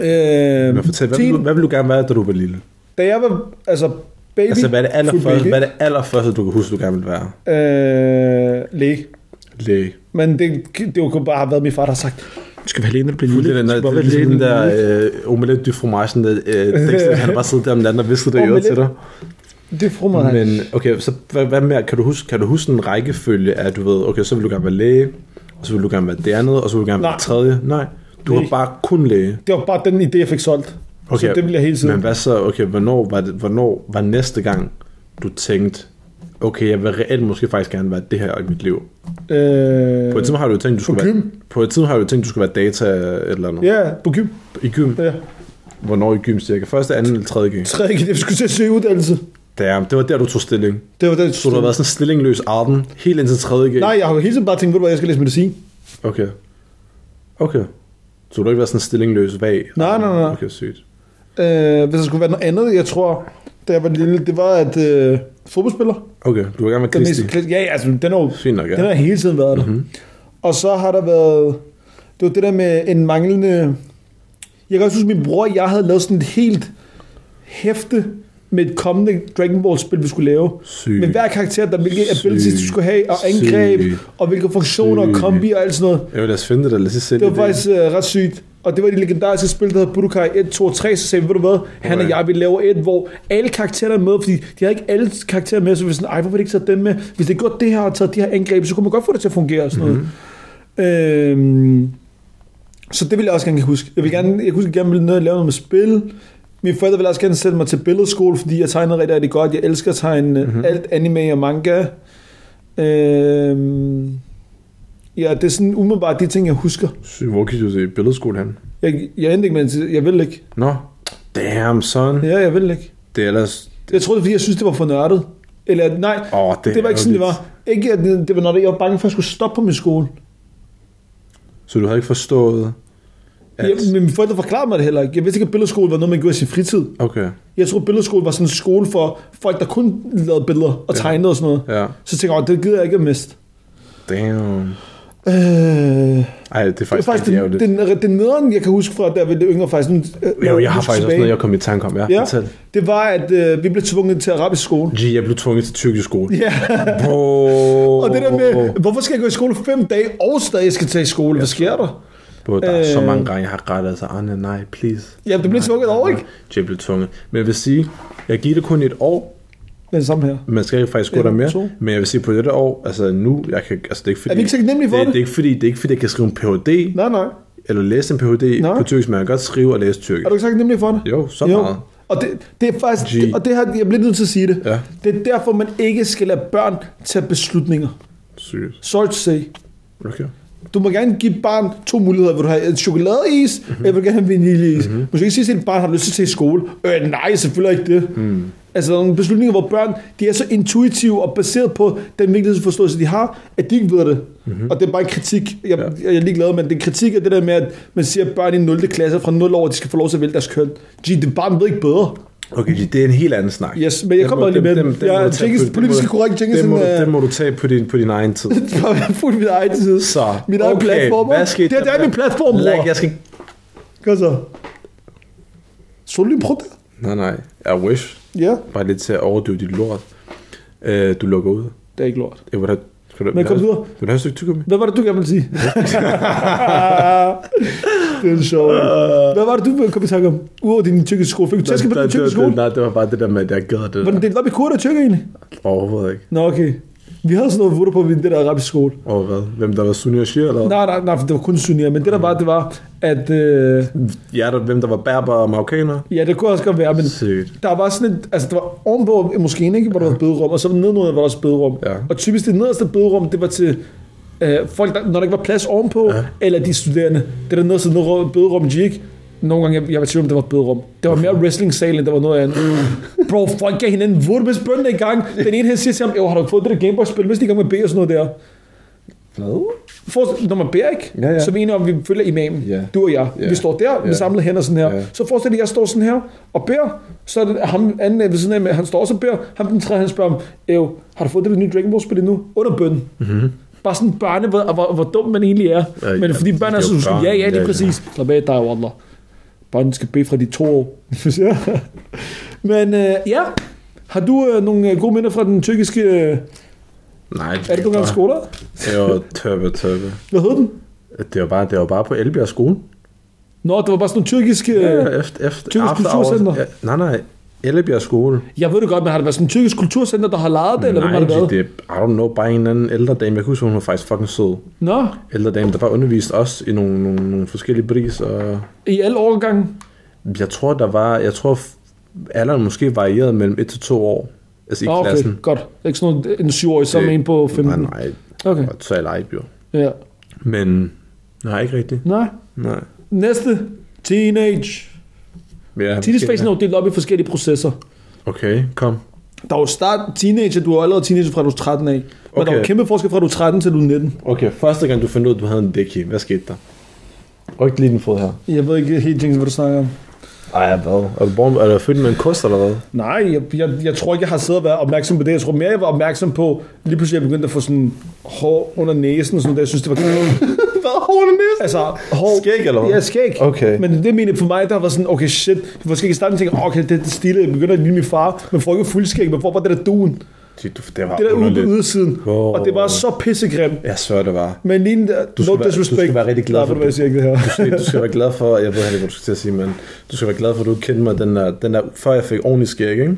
Speaker 1: Øh,
Speaker 2: Men fortæl, hvad, vil
Speaker 1: teen-
Speaker 2: du, hvad vil du gerne være, da du var lille?
Speaker 1: Da jeg var, altså, baby,
Speaker 2: Altså, hvad er det allerførste,
Speaker 1: baby,
Speaker 2: hvad er det allerførste du kan huske, du gerne vil være?
Speaker 1: øh, læge.
Speaker 2: Læge.
Speaker 1: Men det, det kunne bare have været, min far, der har sagt, du skal være læge, når du bliver
Speaker 2: Det
Speaker 1: lille.
Speaker 2: er den
Speaker 1: Du
Speaker 2: der,
Speaker 1: skal bare
Speaker 2: det er
Speaker 1: være
Speaker 2: ligesom
Speaker 1: læge,
Speaker 2: den
Speaker 1: når du
Speaker 2: der
Speaker 1: bliver lille."
Speaker 2: øh, omelette du fromage, der øh, tekst, han har bare siddet der om den anden og visket det i øret til dig.
Speaker 1: Det er fru mig.
Speaker 2: Men okay, så hvad, hvad mere? Kan du, huske, kan du huske en rækkefølge af, du ved, okay, så vil du gerne være læge, og så vil du gerne være det andet, og så vil du gerne være
Speaker 1: Nej.
Speaker 2: tredje? Nej, du
Speaker 1: Nej.
Speaker 2: var bare kun læge.
Speaker 1: Det var bare den idé, jeg fik solgt. Okay. Så det bliver hele tiden.
Speaker 2: Men hvad så, okay, hvornår var, det, hvornår var næste gang, du tænkte, okay, jeg vil reelt måske faktisk gerne være det her i mit liv?
Speaker 1: Øh,
Speaker 2: På et tidspunkt har du jo tænkt, du skulle
Speaker 1: på
Speaker 2: være,
Speaker 1: gym.
Speaker 2: på et tidspunkt har du jo tænkt, du skulle være data et eller andet.
Speaker 1: Ja, på gym.
Speaker 2: I gym?
Speaker 1: Ja.
Speaker 2: Hvornår i gym cirka? Første, anden eller tredje gang?
Speaker 1: Tredje gik, jeg skulle til at søge uddannelse.
Speaker 2: Damn, det var der, du tog stilling.
Speaker 1: Det var det.
Speaker 2: Så du har været sådan en stillingløs arden, helt indtil tredje gang?
Speaker 1: Nej, jeg har jo hele tiden bare tænkt, ved du hvad, jeg skal læse medicin.
Speaker 2: Okay. Okay. Så du har ikke været sådan en stillingløs vag?
Speaker 1: Nej, nej, nej.
Speaker 2: Okay, sygt.
Speaker 1: Øh, hvis der skulle være noget andet, jeg tror, da jeg var lille, det var, at øh, fodboldspiller.
Speaker 2: Okay, du vil gerne være
Speaker 1: Den mest,
Speaker 2: Kristi.
Speaker 1: kla- ja, ja, altså, den har jo
Speaker 2: Fint nok, ja.
Speaker 1: Den har hele tiden været der. Mm-hmm. Og så har der været... Det var det der med en manglende... Jeg kan også huske, at min bror og jeg havde lavet sådan et helt hæfte med et kommende Dragon Ball-spil, vi skulle lave.
Speaker 2: Sygt.
Speaker 1: Med hver karakter, der hvilke
Speaker 2: Sygt.
Speaker 1: abilities du skulle have, og angreb,
Speaker 2: Sygt.
Speaker 1: og hvilke funktioner, og
Speaker 2: Sygt.
Speaker 1: kombi og alt sådan noget.
Speaker 2: Jeg vil lad os finde det, der lad os lige sælge
Speaker 1: Det var faktisk uh, ret sygt. Og det var det legendariske spil, der hedder Budokai 1, 2 og 3. Så sagde vi, ved du hvad, han og
Speaker 2: Okay.
Speaker 1: jeg, vi laver et, hvor alle karakterer er med, fordi de havde ikke alle karakterer med, så vi var sådan, ej, hvorfor har de ikke taget dem med? Hvis det gjort det her og taget de her angreb, så kunne man godt få det til at fungere og sådan noget. Øhm, så det ville jeg også gerne huske. Jeg vil gerne, jeg kunne huske, at jeg gerne ville ned og lave noget med spil. Mine forældre ville også gerne sende mig til billedskole, fordi jeg tegner rigtig, rigtig godt. Jeg elsker at tegne mm-hmm. alt anime og manga. Øhm, ja, det er sådan umiddelbart de ting, jeg husker.
Speaker 2: Sygt, hvor gik du til billedskole hen?
Speaker 1: Jeg, jeg endte ikke med en Jeg vil ikke.
Speaker 2: Nå, damn son.
Speaker 1: Ja, jeg vil ikke.
Speaker 2: Det er ellers...
Speaker 1: Jeg troede, det var, fordi jeg synes, det var for nørdet. Eller at- nej,
Speaker 2: Åh, oh, det,
Speaker 1: det, det var
Speaker 2: er
Speaker 1: ikke sådan, det
Speaker 2: ærgerligt.
Speaker 1: var. Ikke, at det, det var nørdet. Jeg var bange for, at jeg skulle stoppe på min skole.
Speaker 2: Så du havde ikke forstået, at...
Speaker 1: Jeg, men mine forældre forklarede mig det heller ikke. Jeg vidste ikke, at billedskole var noget, man gjorde i sin fritid.
Speaker 2: Okay,
Speaker 1: Jeg troede, billedskole var sådan en skole for folk, der kun lavede billeder og tegnede og sådan noget.
Speaker 2: ja.
Speaker 1: Så tænkte jeg, "Åh, det gider jeg ikke at miste.
Speaker 2: Damn.
Speaker 1: Øh,
Speaker 2: Ej, det er
Speaker 1: det er
Speaker 2: faktisk,
Speaker 1: faktisk
Speaker 2: rigtig
Speaker 1: den,
Speaker 2: ærgerligt.
Speaker 1: den, den nederen, jeg kan huske fra, der ved det yngre faktisk. Nu, øh,
Speaker 2: Jo, jeg har
Speaker 1: husker
Speaker 2: faktisk også
Speaker 1: tilbage.
Speaker 2: noget, jeg kom i tanke om. Ja,
Speaker 1: Ja.
Speaker 2: ja. Fortæl.
Speaker 1: Det var, at øh, vi blev tvunget til arabisk skole.
Speaker 2: G, jeg blev tvunget til tyrkisk skole.
Speaker 1: Ja.
Speaker 2: Bro.
Speaker 1: [laughs] Og det der med, hvorfor skal jeg gå i skole fem dage, og stadig skal tage i skole? Hvad sker der?
Speaker 2: Bro, der er så
Speaker 1: Øh.
Speaker 2: mange gange, jeg har rettet altså, Anne, nej, please.
Speaker 1: Ja, det blev
Speaker 2: Nej,
Speaker 1: tvunget
Speaker 2: nej,
Speaker 1: over,
Speaker 2: nej.
Speaker 1: ikke?
Speaker 2: Jeg blev tvunget. Men jeg vil sige, jeg giver det kun et år.
Speaker 1: Det er det samme her.
Speaker 2: Man skal ikke faktisk gå
Speaker 1: Et,
Speaker 2: der mere.
Speaker 1: to.
Speaker 2: Men jeg vil sige, på dette år, altså nu, jeg kan, altså det er ikke fordi...
Speaker 1: Er vi ikke taknemmelige for
Speaker 2: det?
Speaker 1: det?
Speaker 2: Det er ikke fordi, det er ikke fordi, jeg kan skrive en Ph.D.
Speaker 1: Nej, nej.
Speaker 2: eller læse en Ph.D.
Speaker 1: Nå.
Speaker 2: på tyrkisk, men jeg kan godt skrive og læse tyrkisk.
Speaker 1: Er du ikke sagt nemlig for det?
Speaker 2: Jo, så meget.
Speaker 1: Og det, det er faktisk,
Speaker 2: Gee.
Speaker 1: og det her, jeg bliver nødt til at sige det.
Speaker 2: Ja.
Speaker 1: Det er derfor, man ikke skal lade børn tage beslutninger.
Speaker 2: Sygt.
Speaker 1: Sorry to say.
Speaker 2: Okay.
Speaker 1: Du må gerne give barn to muligheder. Vil du have en chokoladeis, mm-hmm. eller vil du gerne have en vaniljeis? Mm-hmm. Måske ikke sige til et barn, har du lyst til at tage i skole? Øh, nej, selvfølgelig ikke det. Mm. Altså, der er nogle beslutninger, hvor børn de er så intuitive og baseret på den virkelighedsforståelse, de har, at de ikke ved det. Mm-hmm. Og det er bare en kritik. Jeg, ja. jeg er ligeglad, men det er en kritik af det der med, at man siger, at børn i 0. klasse fra 0 år, de skal få lov til at vælge deres køn. Gee, det barn ved ikke bedre. [laughs]
Speaker 2: Okay, G, det er en helt anden snak.
Speaker 1: Yes, men jeg kommer lige med den. Jeg er Jenkins- politisk korrekt Jenkins,
Speaker 2: Den må, du,
Speaker 1: øh,
Speaker 2: den må du tage på din, på din
Speaker 1: [laughs]
Speaker 2: egen tid.
Speaker 1: Jeg har fuldt mit eget tid.
Speaker 2: Så,
Speaker 1: Mit egen platform.
Speaker 2: hvad skete
Speaker 1: Det her, det
Speaker 2: der?
Speaker 1: er min platform, bror.
Speaker 2: Lad- Jeg skal ikke...
Speaker 1: Gør så. Så lige prøv det.
Speaker 2: Nej, nej. I wish.
Speaker 1: Ja,
Speaker 2: Bare lidt til at overdøve dit lort. Øh, du lukker ud.
Speaker 1: det er ikke lort.
Speaker 2: Jeg vil have... Skal du,
Speaker 1: Men kom
Speaker 2: vil du-
Speaker 1: videre.
Speaker 2: Vil du have et stykke tyggegummi?
Speaker 1: Hvad var det, du gerne ville
Speaker 2: [laughs]
Speaker 1: sige? det er en sjov.
Speaker 2: Øh.
Speaker 1: en. Hvad var det, du kom i tanke om? Udover din tyrkiske skole. Fik du tæske på
Speaker 2: Nej,
Speaker 1: din
Speaker 2: det- det-
Speaker 1: tyrkiske skole?
Speaker 2: Nej, det var bare det der med, at jeg gad det
Speaker 1: Var den
Speaker 2: der.
Speaker 1: delt op i kurder og tyrker egentlig?
Speaker 2: Overhovedet ikke.
Speaker 1: Nå, okay. Vi havde sådan noget voter på, at vi det der arabisk skole.
Speaker 2: Over hvad? Hvem der var Sunni og Shia, eller hvad?
Speaker 1: Nej, nej, nej, for det var kun sunnier, men det der var, det var, at... Øh,
Speaker 2: Ja, der, hvem der var berber og marokkaner?
Speaker 1: ja, det kunne også godt være, men
Speaker 2: Sygt.
Speaker 1: der var sådan et, altså der var ovenpå måske ikke, hvor der var et bederum, og så nedenunder var der også et bederum.
Speaker 2: Ja.
Speaker 1: Og typisk det nederste bederum, det var til øh, folk, der, når der ikke var plads ovenpå, ja. eller de studerende. Det der nederste nederrum, bederum, de ikke. Nogle gange, jeg, jeg var i tvivl om, det var et bederum. Det var mere wrestling-sal, end der var noget andet. Bro, folk gav hinanden vurmes bønder i gang. Den ene her siger til ham, jo, har du ikke fået det der Gameboy-spil? Hvis de i gang med B og sådan noget der.
Speaker 2: Hvad?
Speaker 1: Forestil, når man beder ikke,
Speaker 2: Ja, ja.
Speaker 1: så er vi enige om, at vi følger imamen.
Speaker 2: Ja.
Speaker 1: Du og jeg.
Speaker 2: Ja.
Speaker 1: Vi står der med
Speaker 2: Ja.
Speaker 1: samlede hænder sådan her.
Speaker 2: Ja.
Speaker 1: Så forestil dig, at jeg står sådan her og beder. Så er det ham anden øh, ved siden af, mig, han står også og beder. Ham den tredje, han spørger om, Ev, har du fået det nye Dragon Ball spil endnu? Under bønnen. Mm-hmm. Bare sådan børne, hvor, hvor, hvor dum man egentlig er.
Speaker 2: Mhm. Ja,
Speaker 1: Men
Speaker 2: ja,
Speaker 1: fordi børn
Speaker 2: det
Speaker 1: er
Speaker 2: er
Speaker 1: så
Speaker 2: jo
Speaker 1: sådan, ja,
Speaker 2: børn.
Speaker 1: ja,
Speaker 2: Ja,
Speaker 1: lige
Speaker 2: ja.
Speaker 1: præcis. Slap af dig, Wallah. Børn skal bede fra de to år. [laughs] Ja. Men øh, ja, har du øh, nogle øh, gode minder fra den tyrkiske... Øh,
Speaker 2: Nej,
Speaker 1: er det på gang skole?
Speaker 2: Det var tørpe, tørpe.
Speaker 1: Hvad hed den?
Speaker 2: Det var bare, det var bare på Elbjerg skole.
Speaker 1: Nå, det var bare sådan nogle tyrkiske... øh,
Speaker 2: Ja, ja, efter, efter,
Speaker 1: Tyrkisk
Speaker 2: after
Speaker 1: Kulturcenter.
Speaker 2: hours. Ja, nej, nej. Ellebjerg skole.
Speaker 1: Jeg ved det godt, men har det været sådan en tyrkisk kulturcenter, der har lejet det, eller hvad har det
Speaker 2: Nej,
Speaker 1: været?
Speaker 2: det, det, I don't know, bare en eller anden ældre dame. Jeg kan huske, hun var faktisk fucking sød.
Speaker 1: Nå,
Speaker 2: Ældre dame, der bare underviste os i nogle, nogle, nogle forskellige bris. Og
Speaker 1: i alle overgangen.
Speaker 2: jeg tror, der var, jeg tror, f- alderen måske varierede mellem 1 til 2 år. Altså i
Speaker 1: Nå, okay,
Speaker 2: klassen.
Speaker 1: godt. Det er ikke sådan noget, en syvårig som
Speaker 2: Det-
Speaker 1: en på 15.
Speaker 2: Nej, nej.
Speaker 1: Okay,
Speaker 2: Og så er jeg lejet, jo.
Speaker 1: ja.
Speaker 2: Men, nej, ikke rigtigt.
Speaker 1: Nej.
Speaker 2: Nej.
Speaker 1: Næste. Teenage.
Speaker 2: Ja,
Speaker 1: Teenagefasen er jo delt op i forskellige processer.
Speaker 2: Okay, kom.
Speaker 1: Der er jo start teenager, du er allerede teenager fra du er 13 af. Men der er jo
Speaker 2: Okay.
Speaker 1: kæmpe forskel fra du er 13 til du er 19.
Speaker 2: Okay, første gang du fandt ud, at du havde en dækhi, hvad skete der? Ryk lige din fod her.
Speaker 1: Jeg ved ikke helt tænkt, hvad du snakker om.
Speaker 2: Ej, hvad? Er du, born, er du født med en kost eller hvad?
Speaker 1: Nej, jeg, jeg, jeg tror ikke, jeg har siddet og været opmærksom på det. Jeg tror mere, jeg var opmærksom på, lige pludselig jeg begyndte at få sådan hår under næsen og sådan noget. Jeg synes, det [laughs] var
Speaker 2: Hvad? Hårde næste?
Speaker 1: Altså, hår...
Speaker 2: Skæg, eller hvad?
Speaker 1: Ja, skæg.
Speaker 2: Okay.
Speaker 1: Men det mener jeg for mig, der var sådan, okay, shit. Du var skæg i starten, tænker, okay, det, det stille, jeg begynder at ligne min far. Man får ikke fuld skæg, man får bare det der duen.
Speaker 2: Det, du- det var
Speaker 1: Det der ude på
Speaker 2: underligt.
Speaker 1: ydersiden.
Speaker 2: Wow.
Speaker 1: Og det var så pissegrimt.
Speaker 2: Jeg svær, det var.
Speaker 1: Men lige der,
Speaker 2: Du skal
Speaker 1: no
Speaker 2: være- du
Speaker 1: disrespect.
Speaker 2: skal være rigtig glad
Speaker 1: Nej,
Speaker 2: for
Speaker 1: ved du hvad, jeg siger ikke det
Speaker 2: [laughs]
Speaker 1: her.
Speaker 2: Du skal være glad for, jeg ved heller ikke, hvad du skal til at sige, men du skal være glad for, at du kendte mig, den der, den der før jeg fik ordentligt skæg, ikke?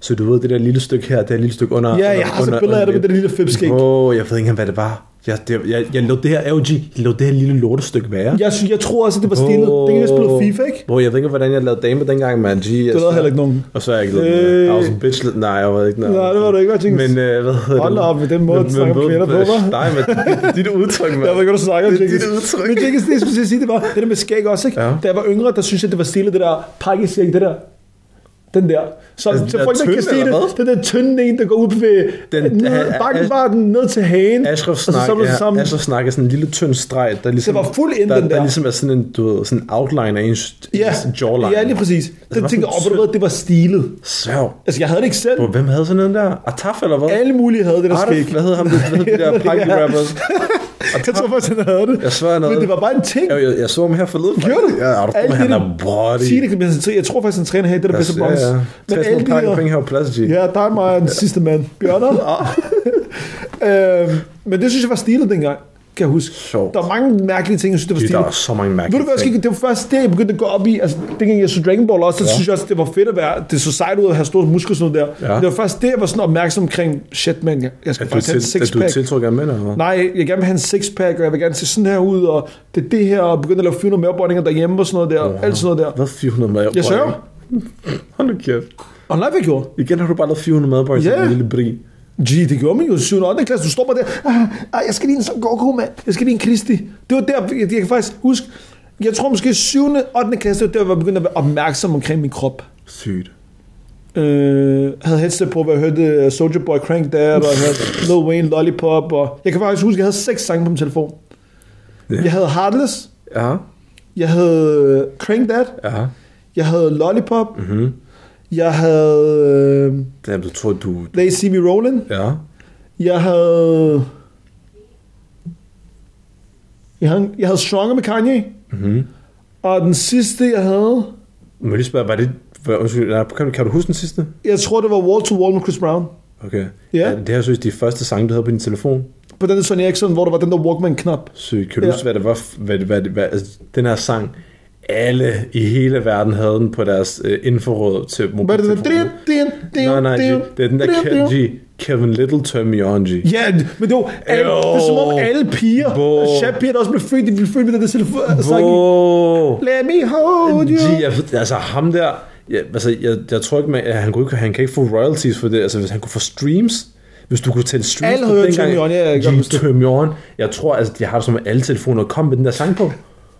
Speaker 2: Så du ved, det der lille stykke her, det der lille stykke under...
Speaker 1: Ja, jeg har så billeder af det med det lille fipskæg.
Speaker 2: Åh, oh, jeg ved ikke engang, hvad det var. Jeg, det, jeg, jeg lå det her, LG, jeg lå det her lille lortestykke være.
Speaker 1: Jeg, sy- jeg tror også, at det var stillet. Det kan jeg spille FIFA, ikke?
Speaker 2: Bro, jeg ved ikke, hvordan jeg lavede dame dengang, man. G,
Speaker 1: Du lavede heller ikke nogen.
Speaker 2: Og så er jeg ikke lavet
Speaker 1: Øh.
Speaker 2: øh. Jeg var sådan bitch lidt. Nej, jeg var ikke.
Speaker 1: Nej, det var du ikke, hvad jeg tænkte.
Speaker 2: Men øh, hvad hedder
Speaker 1: Hold
Speaker 2: det?
Speaker 1: da op med den måde, du snakker om kvinder på, hva'?
Speaker 2: Nej, men dit- dit udtryk, mand.
Speaker 1: [laughs] Jeg ved ikke, hvad du snakker om,
Speaker 2: Det er
Speaker 1: Jenkins.
Speaker 2: dit udtryk.
Speaker 1: Men Jenkins, det jeg skulle til at sige, det var det der med skæg også, ikke?
Speaker 2: Ja.
Speaker 1: Da jeg var yngre, der synes jeg, det var stille, det der pakkeskæg, det der den der. Så,
Speaker 2: Altså, den
Speaker 1: så
Speaker 2: der
Speaker 1: folk, der
Speaker 2: tynde,
Speaker 1: kan se
Speaker 2: eller
Speaker 1: det,
Speaker 2: hvad?
Speaker 1: den der tynde en, der går ud ved
Speaker 2: Den-
Speaker 1: den, ned,
Speaker 2: øh, øh,
Speaker 1: bakkenbarten ned til hagen.
Speaker 2: Ashraf
Speaker 1: og så
Speaker 2: snak,
Speaker 1: samler det
Speaker 2: ja,
Speaker 1: sammen.
Speaker 2: Ashraf snak er sådan en lille tynd streg, der ligesom,
Speaker 1: Det var fuld ind,
Speaker 2: der,
Speaker 1: den der.
Speaker 2: der. ligesom er sådan en, du ved, sådan en outline af ens
Speaker 1: ja,
Speaker 2: ens jawline.
Speaker 1: ja, lige præcis.
Speaker 2: hvad
Speaker 1: Den
Speaker 2: for
Speaker 1: tænker,
Speaker 2: en
Speaker 1: åh, ved du
Speaker 2: tynd-
Speaker 1: hvad, det var stilet.
Speaker 2: Sørg.
Speaker 1: Altså, jeg havde det ikke selv.
Speaker 2: Bro, hvem havde sådan en der? Ataf eller hvad?
Speaker 1: Alle mulige havde det der
Speaker 2: Arif,
Speaker 1: skæg.
Speaker 2: hvad hedder ham? Det, hvad hedder
Speaker 1: [laughs]
Speaker 2: de
Speaker 1: Ja.
Speaker 2: der party rappers?
Speaker 1: Jeg tror faktisk, han havde det.
Speaker 2: Jeg svær, han havde
Speaker 1: Men det
Speaker 2: det.
Speaker 1: var bare en ting.
Speaker 2: Jeg, jeg, jeg så ham her forleden.
Speaker 1: Gjorde det?
Speaker 2: Ja, er du
Speaker 1: Alt
Speaker 2: med, han
Speaker 1: det,
Speaker 2: er
Speaker 1: du-
Speaker 2: body.
Speaker 1: Sige det, men han træ- jeg tror faktisk, han træner her i det der bedste bronze.
Speaker 2: Ja, ja.
Speaker 1: Men
Speaker 2: Tag
Speaker 1: alle
Speaker 2: sådan
Speaker 1: de
Speaker 2: nogle
Speaker 1: der...
Speaker 2: penge her på plads, G.
Speaker 1: Ja, dig og mig er den sidste mand. Bjørner. øhm, men det synes jeg var stilet dengang, kan jeg huske.
Speaker 2: Sjovt.
Speaker 1: Der var mange mærkelige ting, jeg synes, det var
Speaker 2: Dude,
Speaker 1: stilet.
Speaker 2: der er så mange mærkelige
Speaker 1: Ved du hvad, jeg
Speaker 2: ting.
Speaker 1: skete? det var først der, jeg begyndte at gå op i, altså dengang jeg så Dragon Ball også, så ja. synes jeg også, det var fedt at være, det så sejt ud at have store muskler og sådan noget der.
Speaker 2: Ja.
Speaker 1: Men Det var først der, jeg var sådan opmærksom omkring, shit man, jeg, jeg skal
Speaker 2: Er du,
Speaker 1: faktisk have en
Speaker 2: til, er du
Speaker 1: sixpack.
Speaker 2: tiltrukket af mænd, eller hvad?
Speaker 1: Nej, jeg vil gerne vil have en sixpack, og jeg vil gerne se sådan her ud, og det er det her, og begynde at lave 400 merebåndinger derhjemme og sådan noget der, og alt sådan noget der.
Speaker 2: Hvad 400 mad?
Speaker 1: Jeg sørger.
Speaker 2: [laughs] Hold nu kæft.
Speaker 1: Og nej, hvad jeg gjorde?
Speaker 2: Igen har du bare lavet 400 madbøjer yeah.
Speaker 1: Ja.
Speaker 2: til en lille bri.
Speaker 1: Gee, det gjorde man jo i 7. og 8. klasse. Du står bare der. Ah, ah, jeg skal lige en sådan Goku, mand. Jeg skal lige en Kristi. Det var der, jeg, jeg kan faktisk huske. Jeg tror måske 7. og 8. klasse, det var der, jeg begyndte at være opmærksom omkring min krop.
Speaker 2: Sygt.
Speaker 1: Øh, havde headset på, hvad jeg hørte øh, Soldier Boy Crank Dad, og jeg hørte Lil Wayne Lollipop. Og jeg kan faktisk huske, at jeg havde seks sange på min telefon.
Speaker 2: Ja.
Speaker 1: Jeg havde Heartless,
Speaker 2: Ja.
Speaker 1: jeg havde øh, Crank Dad,
Speaker 2: Ja.
Speaker 1: jeg havde Lollipop,
Speaker 2: Mhm.
Speaker 1: jeg havde øh,
Speaker 2: Damn, du tror, du...
Speaker 1: They See Me Rollin',
Speaker 2: Ja.
Speaker 1: Jeg havde... Jeg havde, jeg havde Stronger med Kanye.
Speaker 2: Mhm.
Speaker 1: Og den sidste, jeg havde...
Speaker 2: Må jeg lige spørge, var det... Var, undskyld, nej, kan, kan du huske den sidste?
Speaker 1: Jeg tror, det var Wall to Wall med Chris Brown.
Speaker 2: Okay.
Speaker 1: Ja.
Speaker 2: det her synes de første sange, du havde på din telefon.
Speaker 1: På den der Sony Ericsson, hvor der var den der Walkman-knap.
Speaker 2: Sygt. Kan du
Speaker 1: Ja.
Speaker 2: ja. huske, hvad det var? f- Hvad, hvad, hvad, altså, den her sang, alle i hele verden havde den på deres øh, infrarød til
Speaker 1: Hvad er det? den der?
Speaker 2: mobiltelefonen.
Speaker 1: Din, din,
Speaker 2: Nej, nej,
Speaker 1: din,
Speaker 2: G. det er den der
Speaker 1: din, din.
Speaker 2: Ke- G. Kevin Little Turn Me On, G.
Speaker 1: Ja, men det var alle, det er som om alle piger,
Speaker 2: Bro.
Speaker 1: og piger, der også blev født, de blev født med den der telefon. Sang, i.
Speaker 2: Wow.
Speaker 1: Let me hold you.
Speaker 2: G, jeg, ved- altså ham der, ja, altså, jeg, jeg tror ikke, man, han, kunne ikke, han kan ikke få royalties for det. Altså, hvis han kunne få streams, hvis du kunne tælle streams
Speaker 1: Alle
Speaker 2: på
Speaker 1: hører Tømjørn, ja, jeg kan godt
Speaker 2: G,
Speaker 1: huske det.
Speaker 2: Tømjørn. Jeg tror, altså, de har det som at alle telefoner. Kom med den der sang på.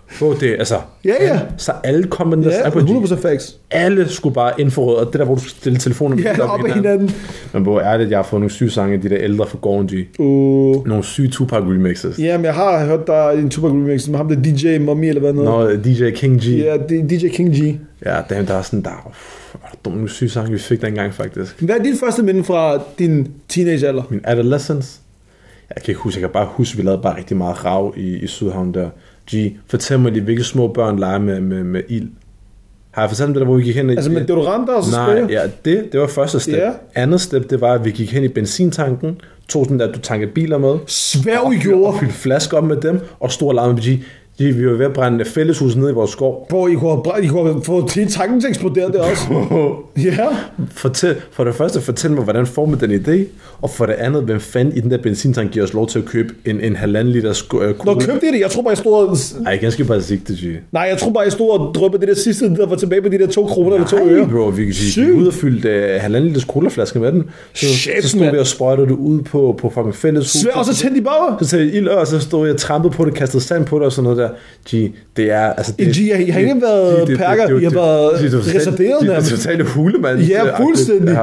Speaker 2: Få det, altså.
Speaker 1: Ja, ja.
Speaker 2: Så alle kom med den der
Speaker 1: Ja,
Speaker 2: Apogee.
Speaker 1: 100% facts.
Speaker 2: Alle skulle bare infrarød, og det der, hvor du skulle stille telefonen
Speaker 1: Ja, op ad hinanden.
Speaker 2: Men hvor er det, jeg har fået nogle syge sange af de der ældre fra Gorgon G.
Speaker 1: Uh,
Speaker 2: Nogle syge Tupac remixes. Yeah.
Speaker 1: jamen, jeg har hørt, der er en Tupac remix med ham, der DJ Mommy eller hvad noget.
Speaker 2: Når øh, DJ King G.
Speaker 1: Ja,
Speaker 2: Yeah.
Speaker 1: det er DJ King G.
Speaker 2: Ja, damn, der er sådan, der er uff, hvor er der nogle syge sange, vi fik dengang faktisk.
Speaker 1: Hvad er din første minde fra din teenagealder?
Speaker 2: Min adolescence. Jeg kan ikke huske, jeg kan bare huske, at vi lavede bare rigtig meget rav i, i Sydhavn der. G, fortæl mig lige, hvilke små børn leger med, med, med ild. Har jeg fortalt dem det der, hvor vi gik hen? i-
Speaker 1: Altså med deodorant og så
Speaker 2: Nej,
Speaker 1: spray?
Speaker 2: ja, det, det var første step.
Speaker 1: Ja.
Speaker 2: Andet step, det var, at vi gik hen i benzintanken, tog sådan der, du tanker biler med,
Speaker 1: Sværg i
Speaker 2: og
Speaker 1: jord.
Speaker 2: fyldte flasker op med dem, og stod og larmede med G. G, vi var ved at brænde fælleshuset ned i vores
Speaker 1: [laughs]
Speaker 2: skov.
Speaker 1: Bro, I kunne have, bra- I kunne have fået til tanken til at eksplodere det
Speaker 2: [laughs]
Speaker 1: også. Ja.
Speaker 2: Fortæl, for det første, fortæl mig, hvordan får man den idé, og for det andet, hvem fanden i den der benzintank giver os lov til at købe en, en halvanden liter sko- øh,
Speaker 1: Nå,
Speaker 2: cola?
Speaker 1: købte I det? Jeg tror bare, jeg stod og...
Speaker 2: Ej, jeg skal bare sige det, G.
Speaker 1: Nej, jeg tror bare, jeg stod og drøbte det der sidste, der var tilbage på de der to kroner eller to øre.
Speaker 2: Ej, bro, vi kan sige, vi
Speaker 1: Sygt.
Speaker 2: gik ud og fyldte øh, halvanden liters colaflaske med den. Så,
Speaker 1: Shit,
Speaker 2: så stod vi
Speaker 1: mand.
Speaker 2: og sprøjtede det ud på, på fucking fælleshuset.
Speaker 1: Svær, og så tændte de bare.
Speaker 2: Så sagde jeg ild, og så stod jeg og trampede på det, kastede sand på det og sådan noget der. G, det er... Altså, det,
Speaker 1: G, I har ikke
Speaker 2: det-
Speaker 1: været perker, I har været
Speaker 2: det- det- det-
Speaker 1: reserveret
Speaker 2: Det er
Speaker 1: nærmest.
Speaker 2: totalt hulemand.
Speaker 1: Ja, fuldstændig.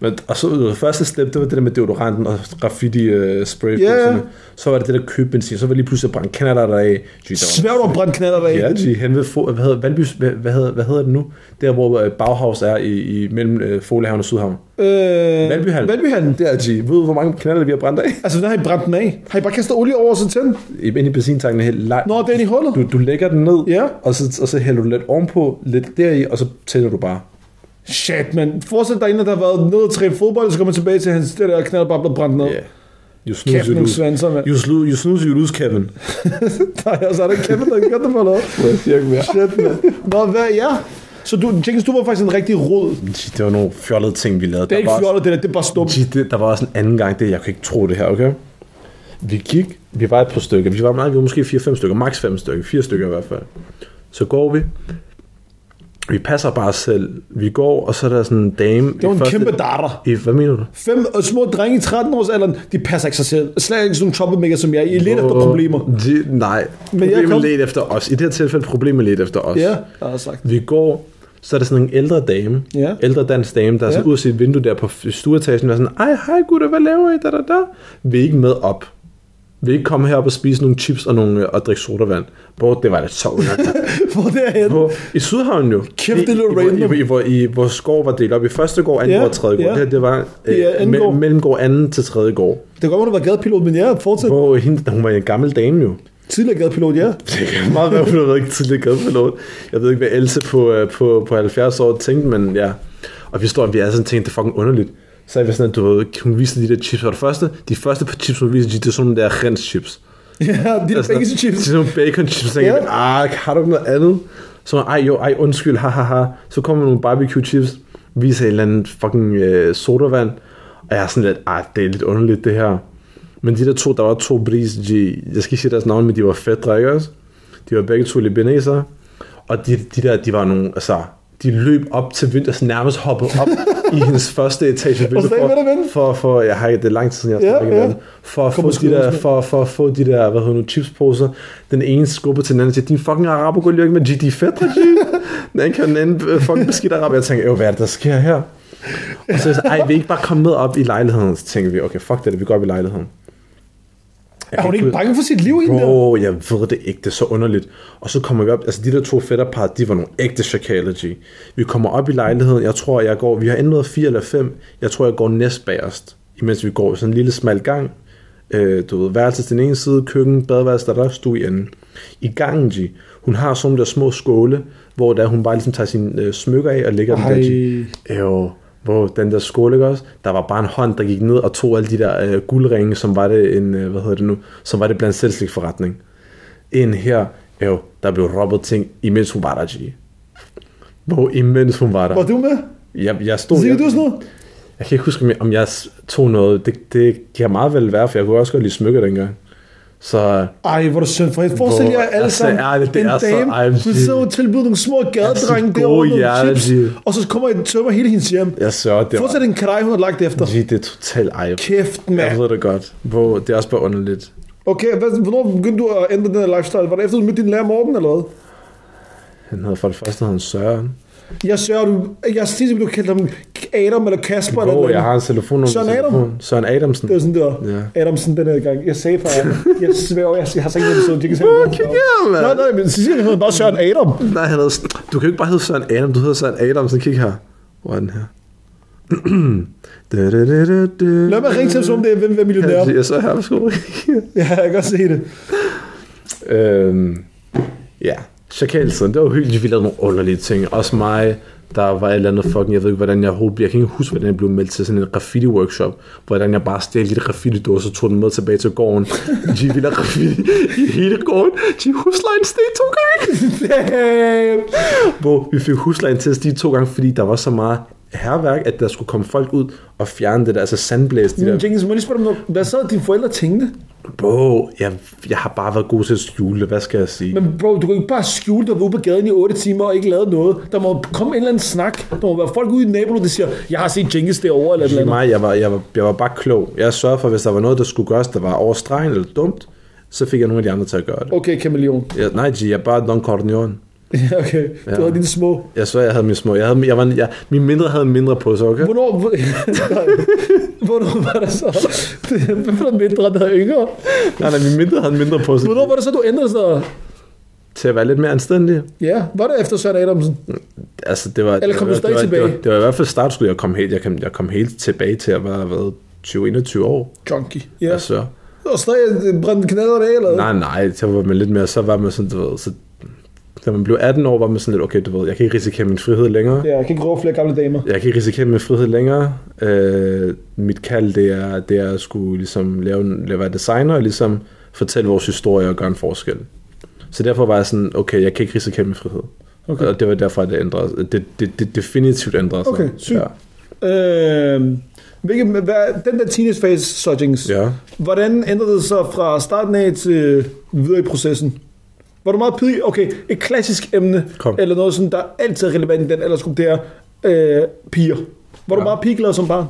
Speaker 2: Men, og så det første step, det var det der med deodoranten og graffiti uh, spray.
Speaker 1: Ja.
Speaker 2: Så var det det der køb benzin, så var det lige pludselig brændt kanaler deraf. G, der var-
Speaker 1: Svær, du har brændt knaller af.
Speaker 2: Ja, G, hen ved, Fo- hvad hedder, Valby, hvad, hvad, hedder, hvad hedder det nu? Der, hvor øh, Bauhaus er i, i mellem øh, Folehavn og Sydhavn.
Speaker 1: Øh,
Speaker 2: Valbyhallen.
Speaker 1: Valbyhallen.
Speaker 2: Der, G, ved du, hvor mange kanaler vi har brændt af?
Speaker 1: Altså, hvordan har I brændt den af? Har I bare kastet olie over og så tændt?
Speaker 2: Ind i benzintanken helt langt.
Speaker 1: Nå, den i hullet.
Speaker 2: Du, du lægger den ned,
Speaker 1: Ja.
Speaker 2: og, så, og så hælder du lidt ovenpå, lidt deri, og så tænder du bare.
Speaker 1: Shit, man. Forestil dig en, der har været nede og træne fodbold, så kommer man tilbage til hans det der knald bare blevet brændt ned.
Speaker 2: Ja.
Speaker 1: Yeah.
Speaker 2: You
Speaker 1: Kæft,
Speaker 2: snooze, you
Speaker 1: nogle
Speaker 2: lose.
Speaker 1: svanser, mand.
Speaker 2: You, slu, you snooze, you lose, Kevin.
Speaker 1: [laughs] Nej, altså, er der ikke kæmpe, der kan gøre det for noget?
Speaker 2: Jeg siger ikke mere.
Speaker 1: Shit, man. Nå, hvad ja? Så du, Jenkins, du var faktisk en rigtig rod.
Speaker 2: Det var nogle fjollede ting, vi lavede.
Speaker 1: Det er ikke
Speaker 2: var også-
Speaker 1: fjollet, det der, det er bare stum.
Speaker 2: Shit, det, der var også en anden gang, det jeg kan ikke tro det her, okay? Vi gik, vi var et par stykker, vi var, nej, vi var måske 4-5 stykker, maks 5 stykker, 4 stykker i hvert fald. Så går vi, vi passer bare os selv, vi går, og så er der sådan en dame.
Speaker 1: Det var en kæmpe darter.
Speaker 2: I, hvad mener du?
Speaker 1: Fem øh, små drenge i 13-årsalderen, de passer ikke sig selv. Slet ikke sådan nogle choppemækker som jeg. I er lidt efter problemer.
Speaker 2: De, nej,
Speaker 1: Men jeg
Speaker 2: problemet
Speaker 1: kom-
Speaker 2: lidt efter os. I det her tilfælde, problemet lidt efter os.
Speaker 1: Ja, jeg har sagt.
Speaker 2: Vi går, så er der sådan en ældre dame,
Speaker 1: Ja.
Speaker 2: ældre dansk dame, der er sådan
Speaker 1: Ja.
Speaker 2: ud af sit vindue der på f- stueetagen, og er sådan, ej, hej gutter, hvad laver I? Da, da, da. Vi er ikke med op. Vi er ikke komme herop og spise nogle chips og, nogle, øh, og drikke sodavand. Bro, det var da
Speaker 1: [laughs]
Speaker 2: så underligt.
Speaker 1: [laughs] Hvor det er henne?
Speaker 2: På- I Sydhavn jo.
Speaker 1: Kæft, det
Speaker 2: I-
Speaker 1: lyder
Speaker 2: i, hvor-
Speaker 1: random.
Speaker 2: I, i, hvor, i, hvor skov var delt op i første gård, anden
Speaker 1: Ja,
Speaker 2: gård og tredje gård.
Speaker 1: ja.
Speaker 2: Det her, det var øh,
Speaker 1: Ja, anden
Speaker 2: me-
Speaker 1: gård.
Speaker 2: mellemgård anden til tredje gård.
Speaker 1: Det går godt, du var gadepilot, men ja, fortsat.
Speaker 2: Hvor hende, hun var en gammel dame jo.
Speaker 1: Tidligere gadepilot, ja.
Speaker 2: Det kan meget være, hun har været tidligere gadepilot. Jeg ved ikke, hvad Else på, øh, på, på 70 år tænkte, men ja. Og vi står, og vi er sådan tænkt, det er fucking underligt. Så er vi sådan, at du ved, hun viste de der chips. Og det første, de første par chips, hun viste, det er sådan nogle der rens chips.
Speaker 1: Ja, de der bacon chips.
Speaker 2: Altså, Det er sådan nogle bacon chips. Så tænker
Speaker 1: Ja.
Speaker 2: jeg, ah, har du ikke noget andet? Så ej jo, ej undskyld, ha, ha, ha. Så kommer nogle barbecue chips, viser et eller andet fucking øh, sodavand. Og jeg er sådan lidt, ah, det er lidt underligt det her. Men de der to, der var to bris, de, jeg skal ikke sige deres navn, men de var fædre, ikke også? De var begge to libanesere. Og de, de der, de var nogle, altså, de løb op til vinter, altså nærmest hoppede
Speaker 1: [laughs]
Speaker 2: op i hendes første etage.
Speaker 1: Og stadig ved at vinde.
Speaker 2: for, for, jeg har ikke, det er lang tid siden, jeg har
Speaker 1: Ja,
Speaker 2: snakket med
Speaker 1: ja.
Speaker 2: dem. For at
Speaker 1: Kom
Speaker 2: få
Speaker 1: og
Speaker 2: de
Speaker 1: skud
Speaker 2: der,
Speaker 1: med.
Speaker 2: for, for at få de der, hvad hedder nu, chipsposer. Den ene skubber til den anden og siger, din fucking araber går lige ikke med G, de er fedt, G. Den anden kan den anden øh, fucking beskidt araber. Jeg tænker, "Øh, hvad er det, der sker her? Og så er jeg så, ej, vil I ikke bare komme med op i lejligheden? Så tænker vi, okay, fuck det, det, vi går op i lejligheden. Jeg
Speaker 1: Er
Speaker 2: kan
Speaker 1: hun ikke
Speaker 2: ud-
Speaker 1: bange for sit liv, hende der?
Speaker 2: Bro, jeg ved det ikke, det er så underligt. Og så kommer vi op, altså de der to fætterpar, de var nogle ægte chakaler, G. Vi kommer op i lejligheden, jeg tror jeg går, vi har enten været fire eller fem, jeg tror jeg går næst bagerst, imens vi går sådan en lille smal gang. Øh, du ved, værelse til den ene side, køkken, badeværelse, der er der stue i anden. I gangen, G, hun har sådan nogle der små skåle, hvor der hun bare ligesom tager sine øh, smykker af og lægger dem der, G.
Speaker 1: Ej.
Speaker 2: Jo, hvor den der skål, ikke også? Der var bare en hånd, der gik ned og tog alle de der øh, guldringe, som var det en, øh, hvad hedder det nu, som var det blandt selvslig forretning. Ind her, jo, der blev robbet ting, imens hun var der, G. Hvor imens hun var der.
Speaker 1: Var du med?
Speaker 2: Jeg, jeg stod...
Speaker 1: Siger
Speaker 2: jeg,
Speaker 1: du sådan noget?
Speaker 2: Jeg kan ikke huske, om jeg, om jeg s- tog noget. Det, det kan meget vel være, for jeg kunne også godt lide smykker dengang. Så
Speaker 1: Ej, hvor er det synd for hende. Forestil
Speaker 2: Hvor-
Speaker 1: jer alle
Speaker 2: altså,
Speaker 1: sammen.
Speaker 2: ærligt, det
Speaker 1: en
Speaker 2: er så-
Speaker 1: dame,
Speaker 2: ej,
Speaker 1: hun
Speaker 2: Gilles.
Speaker 1: sidder og tilbyder nogle små gadedrenge
Speaker 2: Altså,
Speaker 1: derovre,
Speaker 2: gode
Speaker 1: nogle
Speaker 2: hjerte,
Speaker 1: chips,
Speaker 2: Gilles.
Speaker 1: og så kommer en tømmer hele hendes hjem.
Speaker 2: jeg sørger, det var...
Speaker 1: Forestil dig en karaj, hun har lagt efter.
Speaker 2: G, det er totalt ej.
Speaker 1: Kæft,
Speaker 2: Jeg
Speaker 1: mand.
Speaker 2: ved det godt. Hvor det er også bare underligt.
Speaker 1: Okay, hvad, hvornår begyndte du at ændre den her lifestyle? Var det efter, du mødte din lærer Morten, eller hvad?
Speaker 2: Han havde for det første havde han Søren.
Speaker 1: Jeg sørger, du... Jeg siger simpelthen, du kaldte ham Adam eller Kasper.
Speaker 2: Åh,
Speaker 1: eller
Speaker 2: oh,
Speaker 1: noget.
Speaker 2: jeg har en telefonnummer. på
Speaker 1: Søren
Speaker 2: min
Speaker 1: Adam?
Speaker 2: telefon. Søren Adamsen.
Speaker 1: Det var sådan, det var.
Speaker 2: Ja.
Speaker 1: Adamsen den her gang. Jeg sagde for Adam. Jeg sværger, jeg, jeg har sagt, at det så de kan se, hvor
Speaker 2: Kig her, mand.
Speaker 1: Nej, nej, men Cecilie hedder bare Søren Adam.
Speaker 2: Nej, han hedder... Du kan jo ikke bare hedde Søren Adam, du hedder Søren Adamsen. Kig her. Hvor er den her? [clears throat]
Speaker 1: Lad
Speaker 2: Lad
Speaker 1: mig ringe til ham, som om det er, hvem er millionær.
Speaker 2: Jeg er så her, værsgo. [laughs]
Speaker 1: Ja, jeg kan godt se det.
Speaker 2: øhm, ja, chakaltiden, det var hyggeligt, vi lavede nogle underlige ting. Også mig, der var et eller andet fucking, jeg ved ikke, hvordan jeg overhovedet blev, jeg kan ikke huske, hvordan jeg blev meldt til sådan en graffiti-workshop, hvordan jeg bare stjal de der graffiti-dåser og tog den med tilbage til
Speaker 1: [laughs]
Speaker 2: gården. De ville have graffiti i hele gården. De huslejen steg to gange.
Speaker 1: Damn.
Speaker 2: Bro, vi fik huslejen til at stige to gange, fordi der var så meget herværk, at der skulle komme folk ud og fjerne det der, altså sandblæs, de
Speaker 1: Men
Speaker 2: der
Speaker 1: Jenkins, må jeg lige spørge dig om noget. Hvad sad dine forældre og tænkte?
Speaker 2: Bro, jeg, jeg har bare været god til at skjule det. Hvad skal jeg sige?
Speaker 1: Men
Speaker 2: Men,
Speaker 1: bro, du kan jo ikke bare skjule dig ude på gaden i 8 timer og ikke lave noget. Der må komme en eller anden snak. Der må være folk ude i naboen, der siger, jeg har set Jenkins derovre eller et eller andet.
Speaker 2: mig, jeg, var, jeg, var, jeg var bare klog. Jeg sørgede for, at hvis der var noget, der skulle gøres, der var over stregen eller dumt, så fik jeg nogle af de andre til at gøre det.
Speaker 1: Okay, kameleon. [laughs]
Speaker 2: Jeg, nej, G, jeg er bare Don Corleone.
Speaker 1: Ja, okay. Du
Speaker 2: Ja.
Speaker 1: havde dine små.
Speaker 2: Jeg så, jeg havde mine små. Jeg havde, jeg var, jeg, min mindre havde en mindre på sig, okay?
Speaker 1: Hvornår, [laughs] hvornår var det så? [laughs] Hvad for noget mindre, der er yngre?
Speaker 2: Nej, nej, min mindre havde en mindre på sig.
Speaker 1: Hvornår var det så, du ændrede sig?
Speaker 2: Til at være lidt mere anstændig.
Speaker 1: Ja, var det efter Søren Adamsen?
Speaker 2: Altså, det var...
Speaker 1: Eller kom
Speaker 2: det
Speaker 1: du
Speaker 2: var,
Speaker 1: stadig
Speaker 2: det var, Det var,
Speaker 1: tilbage?
Speaker 2: det var, i hvert fald startskud, jeg kom helt, jeg kom, jeg kom helt tilbage til at være, hvad, 20-21 år.
Speaker 1: Junkie. Ja.
Speaker 2: Ja. Altså,
Speaker 1: Og stadig brændte knalderne af, eller hvad?
Speaker 2: Nej, nej, så var man lidt mere, så var man sådan, du ved, så da man blev 18 år, var man sådan lidt, okay, du ved, jeg kan ikke risikere min frihed længere.
Speaker 1: Ja, jeg kan ikke råbe flere gamle damer.
Speaker 2: Jeg kan ikke risikere min frihed længere. Øh, mit kald, det er, det er at skulle ligesom lave, en- lave være designer og ligesom fortælle vores historie og gøre en forskel. Så derfor var jeg sådan, okay, jeg kan ikke risikere min frihed.
Speaker 1: Okay.
Speaker 2: Okay. Og det var derfor, at det ændrede sig. Det, det, det definitivt ændrede sig.
Speaker 1: Okay, sygt. Øh, hvilke, hvad, den der teenagefase, så Jenkins,
Speaker 2: Ja. ja.
Speaker 1: hvordan ændrede det sig fra starten af til videre i processen? Var du meget pidlig? Okay, et klassisk emne,
Speaker 2: Kom.
Speaker 1: eller noget sådan, der altid er relevant i den aldersgruppe, det er øh, piger. Var ja. du
Speaker 2: Ja.
Speaker 1: meget pigeglad som barn?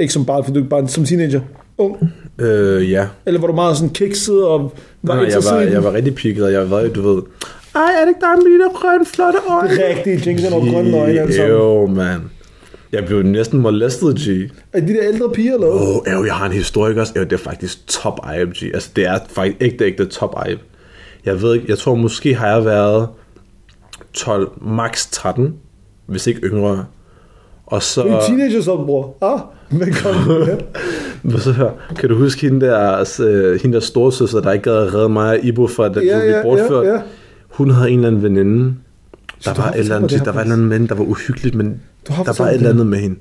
Speaker 1: Ikke som barn, for du er ikke barn, som teenager. Ung.
Speaker 2: Øh, ja.
Speaker 1: Eller var du meget sådan kikset og var
Speaker 2: Nej,
Speaker 1: Nej,
Speaker 2: jeg,
Speaker 1: interesseret
Speaker 2: var,
Speaker 1: i den?
Speaker 2: jeg var rigtig pikket, og jeg var, du ved, ej, er det ikke dig med de der grønne, flotte øjne?
Speaker 1: Rigtig, Jinx er nogle grønne øjne alle sammen.
Speaker 2: Jo, mand. Jeg blev næsten molestet, G.
Speaker 1: Er de der ældre piger eller hvad?
Speaker 2: Åh, oh, jeg har en historiker også. Ew, det er faktisk top G. Altså, det er faktisk ægte, ægte top Ibe. Jeg ved ikke, jeg tror måske har jeg været 12, max 13, hvis ikke yngre. Og så...
Speaker 1: Du er en teenager så, bror. Ah, velkommen. Ja.
Speaker 2: Men så hør, kan du huske hende der, altså, øh, hende der storesøster, der ikke gad at redde mig og Ibo fra den
Speaker 1: Ja,
Speaker 2: ja,
Speaker 1: ja,
Speaker 2: ja, bortført?
Speaker 1: ja, ja.
Speaker 2: Hun havde en eller anden veninde. Der
Speaker 1: du har
Speaker 2: var, et
Speaker 1: fortalt mig
Speaker 2: eller andet,
Speaker 1: det her,
Speaker 2: der var et
Speaker 1: faktisk.
Speaker 2: eller andet med hende, der var uhyggeligt, men
Speaker 1: Du har
Speaker 2: der var
Speaker 1: fortalt
Speaker 2: et
Speaker 1: mig
Speaker 2: eller
Speaker 1: det her.
Speaker 2: andet med hende.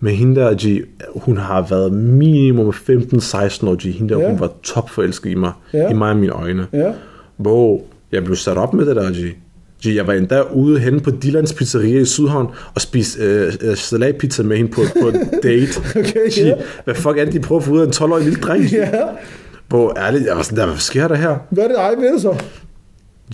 Speaker 2: Men hende der, G, hun har været minimum 15-16 år, G. Hende der,
Speaker 1: Ja.
Speaker 2: ja. hun var topforelsket i mig.
Speaker 1: Ja.
Speaker 2: Ja. I mig og mine øjne.
Speaker 1: Ja.
Speaker 2: Wow, jeg blev sat op med det der, G. G, jeg var endda ude henne på Dillands Pizzeria i Sydhavn og spiste øh, øh, salatpizza med hende på, på en date.
Speaker 1: [laughs] Okay,
Speaker 2: G,
Speaker 1: ja.
Speaker 2: Hvad fuck er det, de prøver at få ud af en 12-årig lille dreng? G?
Speaker 1: Ja.
Speaker 2: Hvor ærligt, jeg var sådan der, hvad sker der her?
Speaker 1: Hvad er det, ej ved så?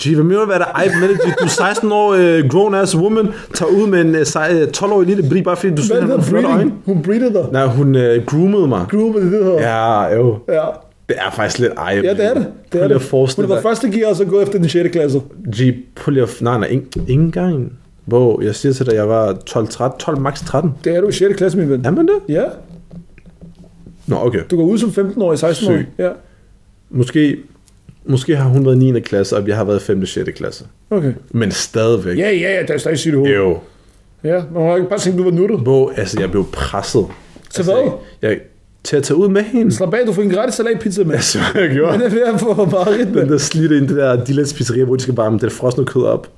Speaker 2: G, hvad mener du, hvad der ej med det? G? Du er 16 år øh, grown ass woman, tager ud med en øh, sej- øh, 12-årig lille bri, bare fordi du
Speaker 1: Hvad
Speaker 2: synes,
Speaker 1: er
Speaker 2: han
Speaker 1: det,
Speaker 2: har
Speaker 1: der
Speaker 2: flotte øjne.
Speaker 1: breeding? Hun breeder dig.
Speaker 2: Nej, hun øh, groomede mig.
Speaker 1: Groove med det, det hedder.
Speaker 2: Ja, jo.
Speaker 1: Ja.
Speaker 2: Det er faktisk lidt ej.
Speaker 1: Ja, det er det. Det er
Speaker 2: Prøv lige
Speaker 1: det.
Speaker 2: at forestille
Speaker 1: Hun var
Speaker 2: dig.
Speaker 1: første gear, og så gå efter den 6. klasse.
Speaker 2: G, prøv lige at... Nej, nej, ingen, ingen gang. Hvor jeg siger til dig, jeg var 12, 13, 12 max 13.
Speaker 1: Det er du i 6. klasse, min ven.
Speaker 2: Er man det?
Speaker 1: Ja.
Speaker 2: Nå, okay.
Speaker 1: Du går ud som 15-årig, 16-årig.
Speaker 2: Syg.
Speaker 1: Ja.
Speaker 2: Måske, måske har hun været 9. klasse, og jeg har været 5. og 6. klasse.
Speaker 1: Okay.
Speaker 2: Men stadigvæk.
Speaker 1: Ja, ja, ja, der er stadig sygt i hovedet.
Speaker 2: Jo.
Speaker 1: Ja, men hun har ikke bare tænkt, du var nuttet.
Speaker 2: Hvor, altså, jeg blev presset.
Speaker 1: Til
Speaker 2: altså,
Speaker 1: hvad?
Speaker 2: Jeg, jeg, til at tage ud med hende. [laughs]
Speaker 1: Slap af, du får en gratis salatpizza med.
Speaker 2: Jeg svær, jeg
Speaker 1: Den
Speaker 2: gjorde.
Speaker 1: er ved at få mareridt,
Speaker 2: Den
Speaker 1: mand.
Speaker 2: der slidte ind, det der Dillands pizzeria, hvor de skal varme det frosne kød op.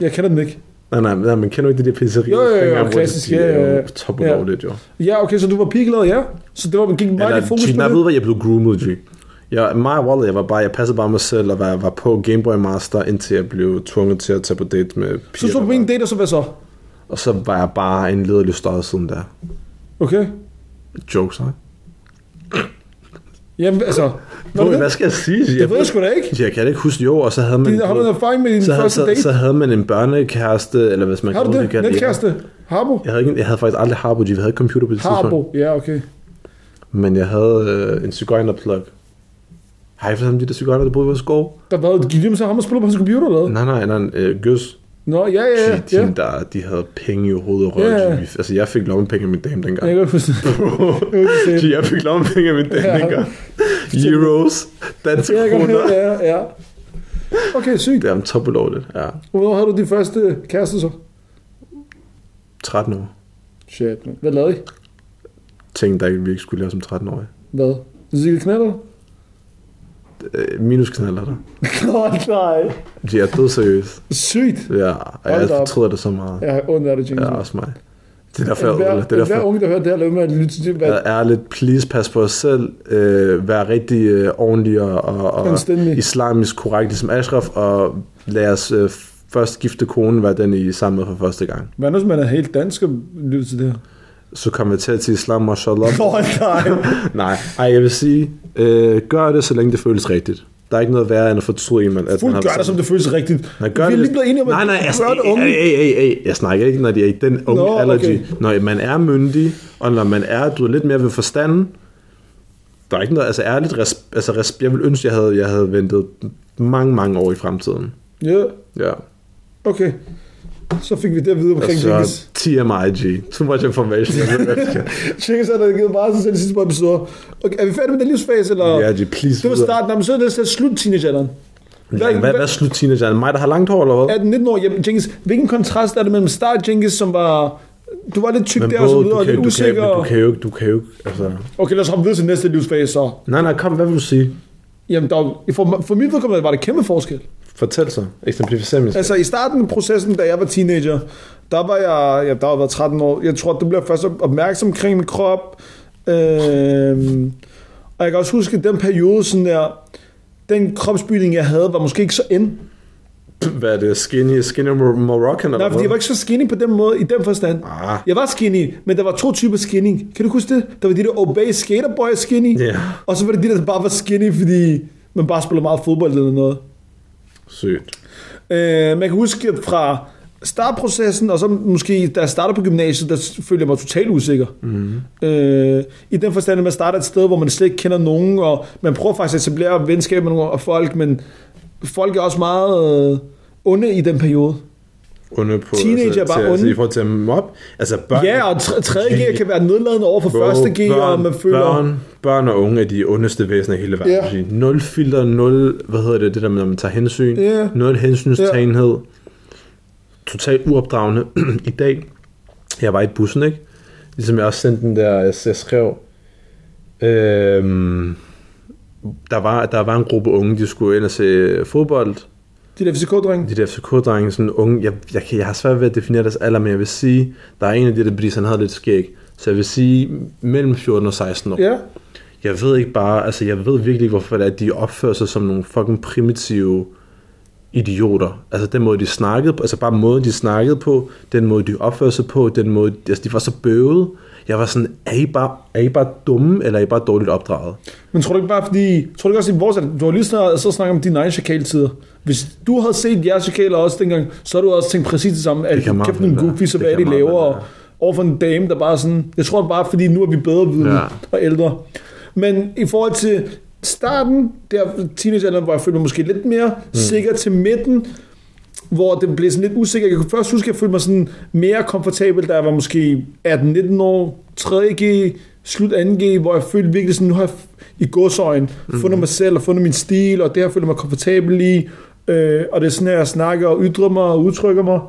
Speaker 1: Jeg kender den ikke.
Speaker 2: Nej, nej, nej, man kender jo ikke det der pizzeria.
Speaker 1: Jo, jo, jo,
Speaker 2: dengang, hvor
Speaker 1: klassisk,
Speaker 2: de,
Speaker 1: ja, ja, ja.
Speaker 2: Top
Speaker 1: Ja.
Speaker 2: ulovligt, jo.
Speaker 1: Ja, okay, så du var pigeglad, ja. Så det var, gik meget
Speaker 2: Eller,
Speaker 1: i fokus
Speaker 2: G,
Speaker 1: på
Speaker 2: nej,
Speaker 1: det.
Speaker 2: ved du hvad, jeg blev groomet, G. Jeg, mig og Wally, jeg var bare, jeg passede bare mig selv og var, var på Game Boy Master, indtil jeg blev tvunget til at tage på date med piger.
Speaker 1: Så stod
Speaker 2: der
Speaker 1: du på
Speaker 2: var-
Speaker 1: en date, og så hvad så?
Speaker 2: Og så var jeg bare en lederlig større siden der.
Speaker 1: Okay.
Speaker 2: Jokes, nej?
Speaker 1: Jamen, altså... Var det
Speaker 2: Nå,
Speaker 1: det?
Speaker 2: Hvad skal jeg sige? Jeg,
Speaker 1: Det ved jeg sgu da ikke.
Speaker 2: Jeg kan da ikke huske, jo, og så havde man...
Speaker 1: Din- Har du en erfaring med din
Speaker 2: så, havde,
Speaker 1: første
Speaker 2: så,
Speaker 1: date?
Speaker 2: så, havde man en børnekæreste, eller hvis man
Speaker 1: Har du
Speaker 2: kalder
Speaker 1: det?
Speaker 2: kalder
Speaker 1: Netkæreste? Harbo?
Speaker 2: Jeg havde, ikke, jeg havde faktisk aldrig Harbo, vi havde ikke computer på det
Speaker 1: Harbo,
Speaker 2: tidspunkt.
Speaker 1: ja, okay.
Speaker 2: Men jeg havde øh, en cigøjnerplug. Har I for eksempel de der cigaretter, der boede i vores skov?
Speaker 1: Der var, gik de dem til ham og spillede på hans computer, eller hvad?
Speaker 2: Nej, nej, nej, øh, gøs.
Speaker 1: Nå, ja, ja, ja.
Speaker 2: De, de,
Speaker 1: ja.
Speaker 2: der, de havde penge i hovedet og røg.
Speaker 1: Ja, ja.
Speaker 2: Yeah. Altså, jeg fik lommepenge af min dame dengang.
Speaker 1: Jeg
Speaker 2: [laughs]
Speaker 1: kan godt forstå. Jeg kan godt
Speaker 2: De,
Speaker 1: se.
Speaker 2: jeg fik lommepenge af min dame
Speaker 1: Ja. [laughs]
Speaker 2: dengang. Euros, danske
Speaker 1: Ja, jeg kan godt
Speaker 2: kroner.
Speaker 1: høre, ja, ja. Okay, sygt.
Speaker 2: Det er om top ulovligt. Ja,
Speaker 1: Hvornår havde du din første kæreste så?
Speaker 2: 13 år.
Speaker 1: Shit, man. Hvad lavede I?
Speaker 2: Ting, der ikke virkelig skulle lave som 13-årig.
Speaker 1: Hvad? Zille knaller?
Speaker 2: Øh, minus knaller der.
Speaker 1: Godt, nej.
Speaker 2: De er død seriøst.
Speaker 1: Sygt.
Speaker 2: Ja, og jeg
Speaker 1: Hold da op.
Speaker 2: fortryder det så meget.
Speaker 1: Jeg har ondt af det, James.
Speaker 2: Ja, også mig. Det er derfor, jeg er ærlig. Det er
Speaker 1: Hver
Speaker 2: derfor,
Speaker 1: unge, der hører det her, lader med at lytte til det. Hvad?
Speaker 2: jeg er ærligt. Please pas på os selv. Øh, vær rigtig øh, ordentlig og, og, og
Speaker 1: Anstændig.
Speaker 2: islamisk korrekt, ligesom Ashraf. Og lad os øh, først gifte konen, være den I er sammen med for første gang.
Speaker 1: Hvad nu, hvis man er helt dansk og lytter til det her?
Speaker 2: Så konverter til islam, mashallah.
Speaker 1: Godt,
Speaker 2: [laughs]
Speaker 1: nej.
Speaker 2: Nej, ej, jeg vil sige, øh, gør det, så længe det føles rigtigt. Der er ikke noget værre, end at fortryde, at man at man
Speaker 1: Fuldt gør det, som det føles rigtigt.
Speaker 2: Nej, gør
Speaker 1: Vi er
Speaker 2: det.
Speaker 1: lige blevet enige om, at
Speaker 2: nej, altså, nej, jeg,
Speaker 1: gør det unge.
Speaker 2: Ej, ej, ej, ej, jeg snakker ikke, når det er i den unge
Speaker 1: Nå,
Speaker 2: Nå, allergy.
Speaker 1: okay.
Speaker 2: Okay. Når man er myndig, og når man er, du er lidt mere ved forstanden, der er ikke noget, altså ærligt, res, altså, res, jeg vil ønske, jeg havde, jeg havde ventet mange, mange år i fremtiden.
Speaker 1: Ja,
Speaker 2: Ja.
Speaker 1: okay. Så fik vi det at vide omkring
Speaker 2: Altså,
Speaker 1: Jenkins.
Speaker 2: TMIG. Too much information.
Speaker 1: [laughs] Jenkins har da givet meget sig selv de sidste par episoder. Okay, er vi færdige med den livsfase, eller?
Speaker 2: ja, de, please.
Speaker 1: Det var
Speaker 2: videre.
Speaker 1: starten, Nå, men så er det så slut teenageren.
Speaker 2: Ja, hvad, hvad er slut teenageren? Mig, der har langt hår, eller hvad?
Speaker 1: 18-19 år, jamen Jenkins, hvilken kontrast er det mellem start Jenkins, som var... Du var lidt tyk
Speaker 2: Men
Speaker 1: der
Speaker 2: bro,
Speaker 1: og så
Speaker 2: du
Speaker 1: videre, og
Speaker 2: kan,
Speaker 1: lidt
Speaker 2: jo- du, kan,
Speaker 1: usikker.
Speaker 2: men du kan jo ikke, du kan jo ikke, altså...
Speaker 1: Okay, lad os hoppe videre til næste livsfase så.
Speaker 2: Nej, nej, kom, hvad vil du sige?
Speaker 1: Jamen, der, var- for, for mit vedkommende var det kæmpe forskel.
Speaker 2: Fortæl så. Eksemplificer min
Speaker 1: Altså, i starten af processen, da jeg var teenager, der var jeg, ja, der var jeg 13 år. Jeg tror, det blev jeg først opmærksom omkring min krop. Øhm, og jeg kan også huske, at den periode, sådan der, den kropsbygning, jeg havde, var måske ikke så end.
Speaker 2: [clears throat] Hvad er det? Skinny, skinny Mor- Moroccan eller
Speaker 1: Nej, fordi jeg var ikke så skinny på den måde, i den forstand.
Speaker 2: Ah.
Speaker 1: Jeg var skinny, men der var to typer skinny. Kan du huske det? Der var de der obey skaterboy skinny,
Speaker 2: Ja.
Speaker 1: og så var det de der, der bare var skinny, fordi man bare spiller meget fodbold eller noget.
Speaker 2: Sygt.
Speaker 1: Øh, man kan huske at fra startprocessen, og så måske, da jeg startede på gymnasiet, der følte jeg mig totalt usikker.
Speaker 2: Mhm.
Speaker 1: Mm. Øh, I den forstand, at man starter et sted, hvor man slet ikke kender nogen, og man prøver faktisk at etablere venskab med nogle af folk, men folk er også meget øh, onde i den periode.
Speaker 2: Onde på,
Speaker 1: Teenager
Speaker 2: altså,
Speaker 1: er bare
Speaker 2: til, altså,
Speaker 1: onde.
Speaker 2: i forhold til at mobbe. Altså børn.
Speaker 1: Ja, og 3. G kan være nedladende over for 1. G, og man føler...
Speaker 2: Børn, børn og unge er de ondeste væsener i hele verden.
Speaker 1: Ja.
Speaker 2: Yeah. Sige. Nul filter, nul, hvad hedder det, det der med, at man tager hensyn.
Speaker 1: Ja.
Speaker 2: Nul hensynstagenhed. Totalt uopdragende. [clears throat] I dag, jeg var i bussen, ikke? Ligesom jeg også sendte den der, jeg, jeg skrev, øhm, der, var, der var en gruppe unge, de skulle ind og se fodbold.
Speaker 1: De der FCK-drenge.
Speaker 2: de der FCK-drenge, sådan unge, jeg, jeg, kan- jeg har svært ved at definere deres alder, men jeg vil sige, der er en af de der bris, han havde lidt skæg, så jeg vil sige mellem 14 og 16 år.
Speaker 1: Ja,
Speaker 2: Jeg ved ikke bare, altså jeg ved virkelig ikke, hvorfor det er, at de opfører sig som nogle fucking primitive idioter. Altså den måde, de snakkede på, altså bare måden, de snakkede på, den måde, de opførte sig på, den måde, altså de var så bøvede. Jeg var sådan, er I bare, er I bare dumme, eller er I bare dårligt opdraget?
Speaker 1: men tror du ikke bare, fordi... Tror du ikke også, at vores, du har lige snart så snakket om dine egne chakaltider. Hvis du havde set jeres chakaler også dengang, så har du også tænkt præcis det samme, at
Speaker 2: Det kan meget
Speaker 1: kæft nogle
Speaker 2: vel være.
Speaker 1: goofy, så
Speaker 2: Det
Speaker 1: hvad er
Speaker 2: kan
Speaker 1: de
Speaker 2: meget vel
Speaker 1: laver, og
Speaker 2: være.
Speaker 1: over for en dame, der bare er sådan... Jeg tror bare, fordi nu er vi bedre vidne ja.
Speaker 2: Ja.
Speaker 1: og ældre. Men i forhold til starten, der teenagealderen, hvor jeg følte mig måske lidt mere mm. sikker til midten, hvor det blev sådan lidt usikker. Jeg kunne først huske, at jeg følte mig sådan mere komfortabel, da jeg var måske 18-19 år, 3G, slut 2G, hvor jeg følte virkelig sådan, nu har jeg f- i godsøjen fundet mig selv og fundet min stil, og det har jeg følt mig komfortabel i, øh, og det er sådan her, jeg snakker og ytrer mig og udtrykker mig.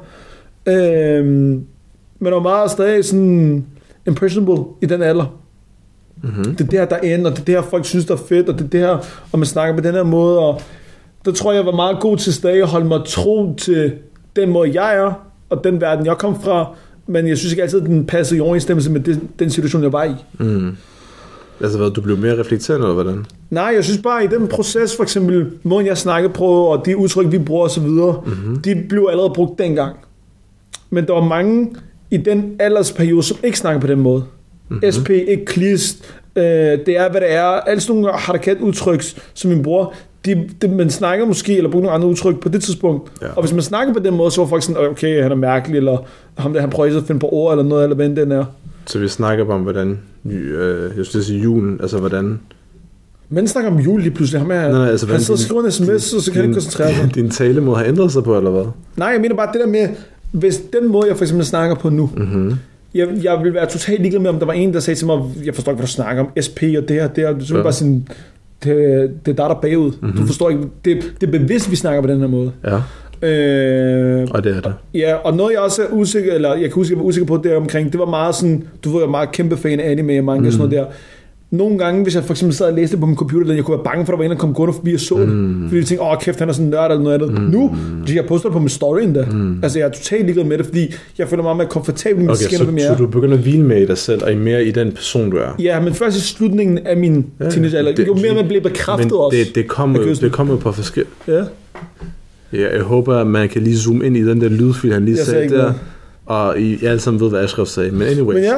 Speaker 1: Øh, men jeg var meget stadig sådan impressionable i den alder. Mm. Det er det her, der er inde, og det er det her, folk synes, der er fedt, og det er det her, og man snakker på den her måde, og der tror jeg, jeg var meget god til stadig at holde mig tro til den måde, jeg er, og den verden, jeg kom fra, men jeg synes ikke altid, at den passede i overensstemmelse med den, den situation, jeg var i.
Speaker 2: Altså hvad, du blev mere reflekterende, eller hvordan?
Speaker 1: Nej, jeg synes bare, at i den proces, for eksempel, måden jeg snakkede på, og de udtryk, vi bruger osv.,
Speaker 2: Mhm.
Speaker 1: mm-hmm. de blev allerede brugt dengang. Men der var mange i den aldersperiode, som ikke snakkede på den måde.
Speaker 2: Mhm.
Speaker 1: Mm-hmm. SP, ikke klist, øh, det er, hvad det er. Alle sådan nogle harakat-udtryk, som min bror, de, de, man snakker måske, eller bruger nogle andre udtryk på det tidspunkt. Ja.
Speaker 2: Ja.
Speaker 1: Og hvis man snakker på den måde, så var folk sådan, okay, han er mærkelig, eller ham der, han prøver ikke at finde på ord, eller noget, eller hvad end den er.
Speaker 2: Så vi snakker bare om, hvordan, øh, jeg skulle til at sige julen, altså hvordan
Speaker 1: Men snakker om jul lige pludselig. Ham er,
Speaker 2: Nej, nej, altså,
Speaker 1: han
Speaker 2: hvordan
Speaker 1: sidder og
Speaker 2: din-
Speaker 1: skriver en sms, og så kan han ikke koncentrere sig.
Speaker 2: [laughs] Din tale må have ændret sig på, eller hvad?
Speaker 1: Nej, jeg mener bare det der med, hvis den måde, jeg for eksempel snakker på nu, mm-hmm. jeg, jeg ville være totalt ligeglad med, om der var en, der sagde til mig, jeg forstår ikke, hvad du snakker om, SP og det her, det her, så ja.
Speaker 2: Ja.
Speaker 1: bare sådan, det, det er dig, der er bagud. Mm-hmm. Du forstår ikke, det, det er bevidst, vi snakker på den her måde.
Speaker 2: Ja,
Speaker 1: Øh,
Speaker 2: og det er det.
Speaker 1: ja, og noget jeg også er usikker, eller jeg kan huske, jeg var usikker på det omkring, det var meget sådan, du ved, jeg er meget kæmpe fan af anime og manga mm. og sådan noget der. Nogle gange, hvis jeg for eksempel sad og læste det på min computer, jeg kunne være bange for, at der var en, der kom gående forbi og så det.
Speaker 2: Mm.
Speaker 1: Fordi jeg tænkte, åh kæft, han er sådan en nørd eller noget andet. Mm. Nu, fordi jeg poster det på min story endda. Mm. Altså, jeg er totalt ligeglad med det, fordi jeg føler mig mere komfortabel med min
Speaker 2: Okay,
Speaker 1: okay,
Speaker 2: så,
Speaker 1: hvem jeg
Speaker 2: så
Speaker 1: er.
Speaker 2: du begynder at hvile med i dig selv, og i mere i den person, du er.
Speaker 1: Ja, men først i slutningen af min
Speaker 2: ja.
Speaker 1: teenagealder,
Speaker 2: Det-
Speaker 1: jo mere man bliver bekræftet
Speaker 2: Men
Speaker 1: også.
Speaker 2: det, det kommer
Speaker 1: Jeg
Speaker 2: jo,
Speaker 1: kan huske-
Speaker 2: det kommer jo på forskellige...
Speaker 1: ja.
Speaker 2: Ja, jeg håber, at man kan lige zoome ind i den der lydfil, han lige
Speaker 1: Jeg sagde
Speaker 2: sagde
Speaker 1: ikke
Speaker 2: der.
Speaker 1: noget.
Speaker 2: Og I alle sammen ved, hvad Ashraf sagde. Men anyways.
Speaker 1: Men ja,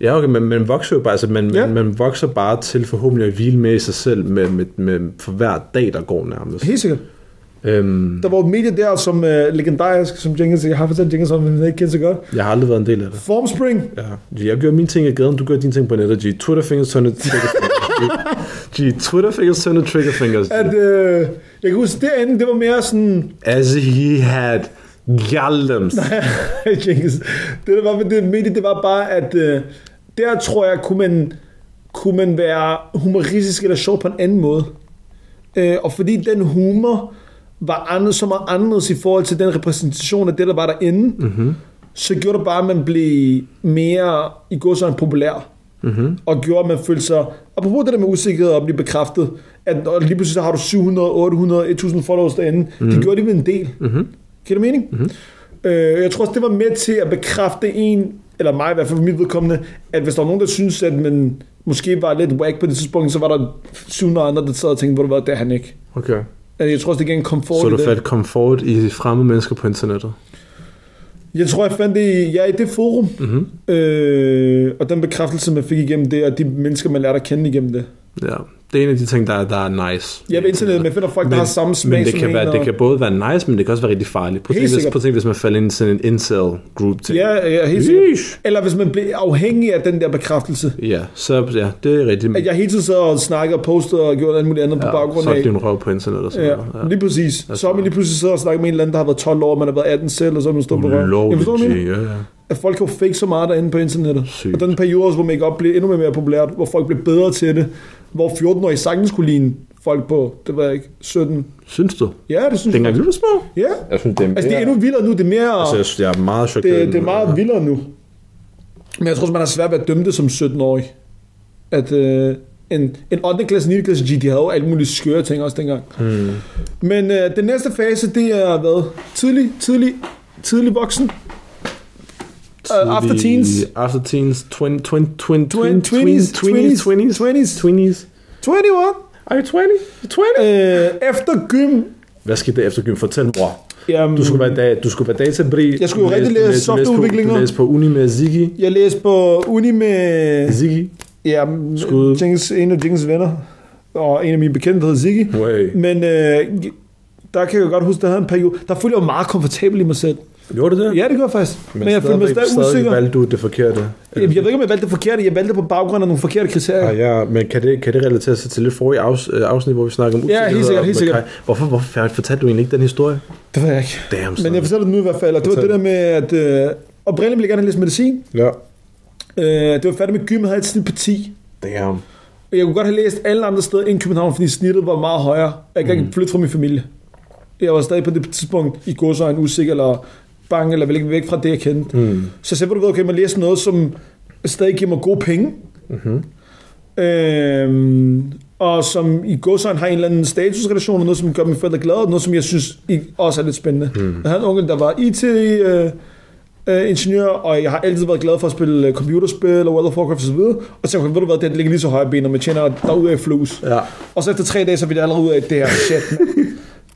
Speaker 2: Ja, okay, men man vokser jo bare, altså man,
Speaker 1: Ja.
Speaker 2: ja. man, man vokser bare til forhåbentlig at hvile med i sig selv med, med, med, for hver dag, der går nærmest.
Speaker 1: helt sikkert.
Speaker 2: Øhm,
Speaker 1: Der var et medie der, som øh, legendarisk, som Jenkins, jeg har fortalt Jenkins om, men jeg ikke kender så godt.
Speaker 2: jeg har aldrig været en del af det.
Speaker 1: Formspring.
Speaker 2: Ja. Jeg gør mine ting i gaden, du gør dine ting på nettet, G. Twitterfingers, turn it, trigger fingers. G. Twitterfingers, turn it, trigger fingers. G.
Speaker 1: At, øh, jeg kan huske, derinde, det var mere sådan,
Speaker 2: As he had galdems.
Speaker 1: [laughs] Jenkins, det der var med det medie, det var bare, at øh, der tror jeg, kunne man, kunne man være humoristisk eller sjov på en anden måde. Øh, og fordi den humor var andet, så meget anderledes i forhold til den repræsentation af det, der var derinde, mm-hmm. så gjorde det bare, at man blev mere i går sådan populær. Mm-hmm. Og gjorde, at man følte sig... Apropos det der med usikkerhed og at blive bekræftet, at og lige pludselig så har du 700, 800, 1000 followers derinde. Mm-hmm. Det gjorde de med en del. Mm-hmm. Giver det mening?
Speaker 2: Mhm.
Speaker 1: Mm-hmm. Øh, jeg tror også, det var med til at bekræfte en, eller mig i hvert fald for mit vedkommende, at hvis der var nogen, der synes at man måske var lidt whack på det tidspunkt, så var der 700 andre, der sad og tænkte, hvor det var, det er han ikke.
Speaker 2: Okay.
Speaker 1: Altså, Jeg tror også, det gav en komfort
Speaker 2: Så
Speaker 1: i
Speaker 2: du
Speaker 1: det.
Speaker 2: fandt komfort i fremmede mennesker på internettet.
Speaker 1: Jeg tror, jeg fandt det i, ja, i det forum.
Speaker 2: Mhm.
Speaker 1: Mm-hmm. Øh, og den bekræftelse, man fik igennem det, og de mennesker, man lærte at kende igennem det.
Speaker 2: Ja. Det er en af de ting, der er, der er nice.
Speaker 1: Jeg ved internettet, man finder folk, der har samme smag
Speaker 2: men det
Speaker 1: som
Speaker 2: kan,
Speaker 1: en,
Speaker 2: være,
Speaker 1: og-
Speaker 2: det kan både være nice, men det kan også være rigtig farligt. Prøv at
Speaker 1: Helt
Speaker 2: tænke, hvis,
Speaker 1: sikkert.
Speaker 2: prøv at tænke, hvis man falder ind i sådan en incel group ting.
Speaker 1: Ja, ja helt sikkert. Eller hvis man blev afhængig af den der bekræftelse.
Speaker 2: Ja, så ja, det er rigtigt.
Speaker 1: At jeg hele tiden sad og snakkede og postede og gjorde alt muligt andet ja, på
Speaker 2: ja,
Speaker 1: baggrund
Speaker 2: så
Speaker 1: af.
Speaker 2: er din røv på internet og sådan
Speaker 1: Ja,
Speaker 2: noget.
Speaker 1: lige præcis. Så har man lige pludselig siddet og snakket med en eller anden, der har været 12 år, man har været 18 selv, og så er man stået på røven. Jeg
Speaker 2: Ulovligt,
Speaker 1: forstår, hvad jeg mener?
Speaker 2: G, ja, ja.
Speaker 1: At folk kan jo fake så meget derinde på internettet.
Speaker 2: Sygt.
Speaker 1: Og den periode også, hvor make-up blev endnu mere, mere populært, hvor folk blev bedre til det, hvor 14-årige sagtens kunne ligne folk på, det var ikke, 17.
Speaker 2: Synes du?
Speaker 1: Ja, det synes
Speaker 2: Dengang
Speaker 1: jeg.
Speaker 2: vi var små?
Speaker 1: Ja,
Speaker 2: Jeg synes, det er mere...
Speaker 1: altså det er endnu vildere nu, det er mere...
Speaker 2: altså, jeg synes, jeg er meget chokeret.
Speaker 1: det, det er meget vildere nu. Men jeg tror også, man har svært ved at dømme det som 17-årig. At øh, en, en 8. klasse, 9. klasse G, de havde jo alle mulige skøre ting også dengang. Hmm. Men øh, den næste fase, det er hvad? Tidlig, tidlig, tidlig voksen.
Speaker 2: Tidlig-
Speaker 1: after teens.
Speaker 2: After teens. Twin, twin, twin, twin,
Speaker 1: Twin- twenties,
Speaker 2: twinnies, twinnies,
Speaker 1: twenties.
Speaker 2: twinnies.
Speaker 1: 21.
Speaker 2: Are you 20? 20?
Speaker 1: Øh, efter gym.
Speaker 2: Hvad skete der efter gym? Fortæl mig, bror.
Speaker 1: Jamen,
Speaker 2: Du skulle være, da, du skulle være databri.
Speaker 1: Jeg skulle jo
Speaker 2: Du
Speaker 1: rigtig
Speaker 2: læste-
Speaker 1: læse
Speaker 2: du læste- du læste på-
Speaker 1: softwareudviklinger.
Speaker 2: Du læste på uni med Ziggy.
Speaker 1: jeg læste på uni med
Speaker 2: Ziggy?
Speaker 1: ja,
Speaker 2: Skud.
Speaker 1: Jenkins, en af Jenkins venner, og en af mine bekendte, der hedder Ziggy.
Speaker 2: Way.
Speaker 1: Men øh, der kan jeg godt huske, der havde en periode, der følte jeg mig meget komfortabel i mig selv.
Speaker 2: Gjorde du det?
Speaker 1: Ja, det gør jeg faktisk. Men, men jeg følte mig
Speaker 2: stadigvæk-
Speaker 1: stadig usikker.
Speaker 2: Stadig valgte du det forkerte.
Speaker 1: Jeg, jeg ved ikke, om jeg valgte det forkerte. Jeg valgte det på baggrund af nogle forkerte kriterier.
Speaker 2: Ah, ja, men kan det, kan det relatere sig til lidt forrige afs, øh, afsnit, hvor vi snakker om
Speaker 1: Ja, helt
Speaker 2: usikkerhed
Speaker 1: sikkert,
Speaker 2: og
Speaker 1: helt
Speaker 2: med
Speaker 1: sikkert.
Speaker 2: Kai? Hvorfor, hvorfor fortalte du egentlig ikke den historie?
Speaker 1: Det ved jeg ikke.
Speaker 2: Damn,
Speaker 1: Men jeg
Speaker 2: forstår...
Speaker 1: fortæller det nu i hvert fald, og det var det
Speaker 2: Fortæl.
Speaker 1: der med, at øh, oprindeligt ville jeg gerne læse medicin.
Speaker 2: Ja.
Speaker 1: Øh, det var færdigt med gym, jeg havde et snit på 10.
Speaker 2: Damn.
Speaker 1: Og jeg kunne godt have læst alle andre steder end København, fordi snittet var meget højere. Og Jeg kan ikke flytte fra min familie. Jeg var stadig på det tidspunkt i godsøjne usikker, eller bange, eller ville ikke væk fra det, jeg kendte.
Speaker 2: Hmm.
Speaker 1: Mm. Så sagde jeg, "Ved du hvad, okay, man læser noget, som stadig giver mig gode penge.
Speaker 2: Mhm.
Speaker 1: Mm-hmm. Øhm, og som i godsøjne har en eller anden statusrelation, og noget, som gør mine forældre glade, og noget, som jeg synes i- også er lidt spændende.
Speaker 2: Mhm.
Speaker 1: Mm. Jeg havde en onkel, der var IT... Øh, øh, ingeniør, og jeg har altid været glad for at spille øh, computerspil og World of Warcraft osv. Og så tænkte jeg, ved du hvad, det ligger lige så højre ben, og man tjener derude af flus.
Speaker 2: Ja.
Speaker 1: Og så efter tre dage, så vil jeg allerede ud af, at det her shit, man.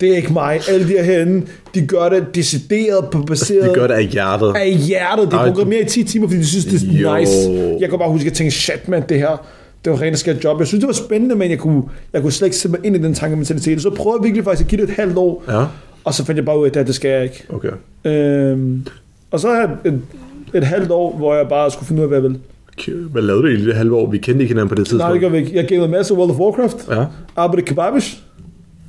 Speaker 1: det er ikke mig. Alle de her herinde, de gør det decideret på baseret
Speaker 2: De gør det af hjertet.
Speaker 1: af hjertet. Det er
Speaker 2: Ej,
Speaker 1: programmeret i 10 timer, fordi de synes, det er
Speaker 2: Jo.
Speaker 1: nice. Jeg kan bare huske, at jeg tænkte, shit man, det her, det var rent skært job. Jeg synes, det var spændende, men jeg kunne, jeg kunne slet ikke sætte mig ind i den tankementalitet. Så prøvede jeg virkelig faktisk at give det et halvt år,
Speaker 2: Ja.
Speaker 1: og så fandt jeg bare ud af, at det, her, det skal jeg ikke.
Speaker 2: Okay.
Speaker 1: Øhm, og så har jeg et, et halvt år, hvor jeg bare skulle finde ud af, hvad jeg vil.
Speaker 2: Hvad lavede du egentlig det halve år? Vi kendte ikke hinanden på det tidspunkt.
Speaker 1: Nej, det gør vi ikke. Jeg gamede en masse World of Warcraft,
Speaker 2: Ja,
Speaker 1: arbejdede kebabish,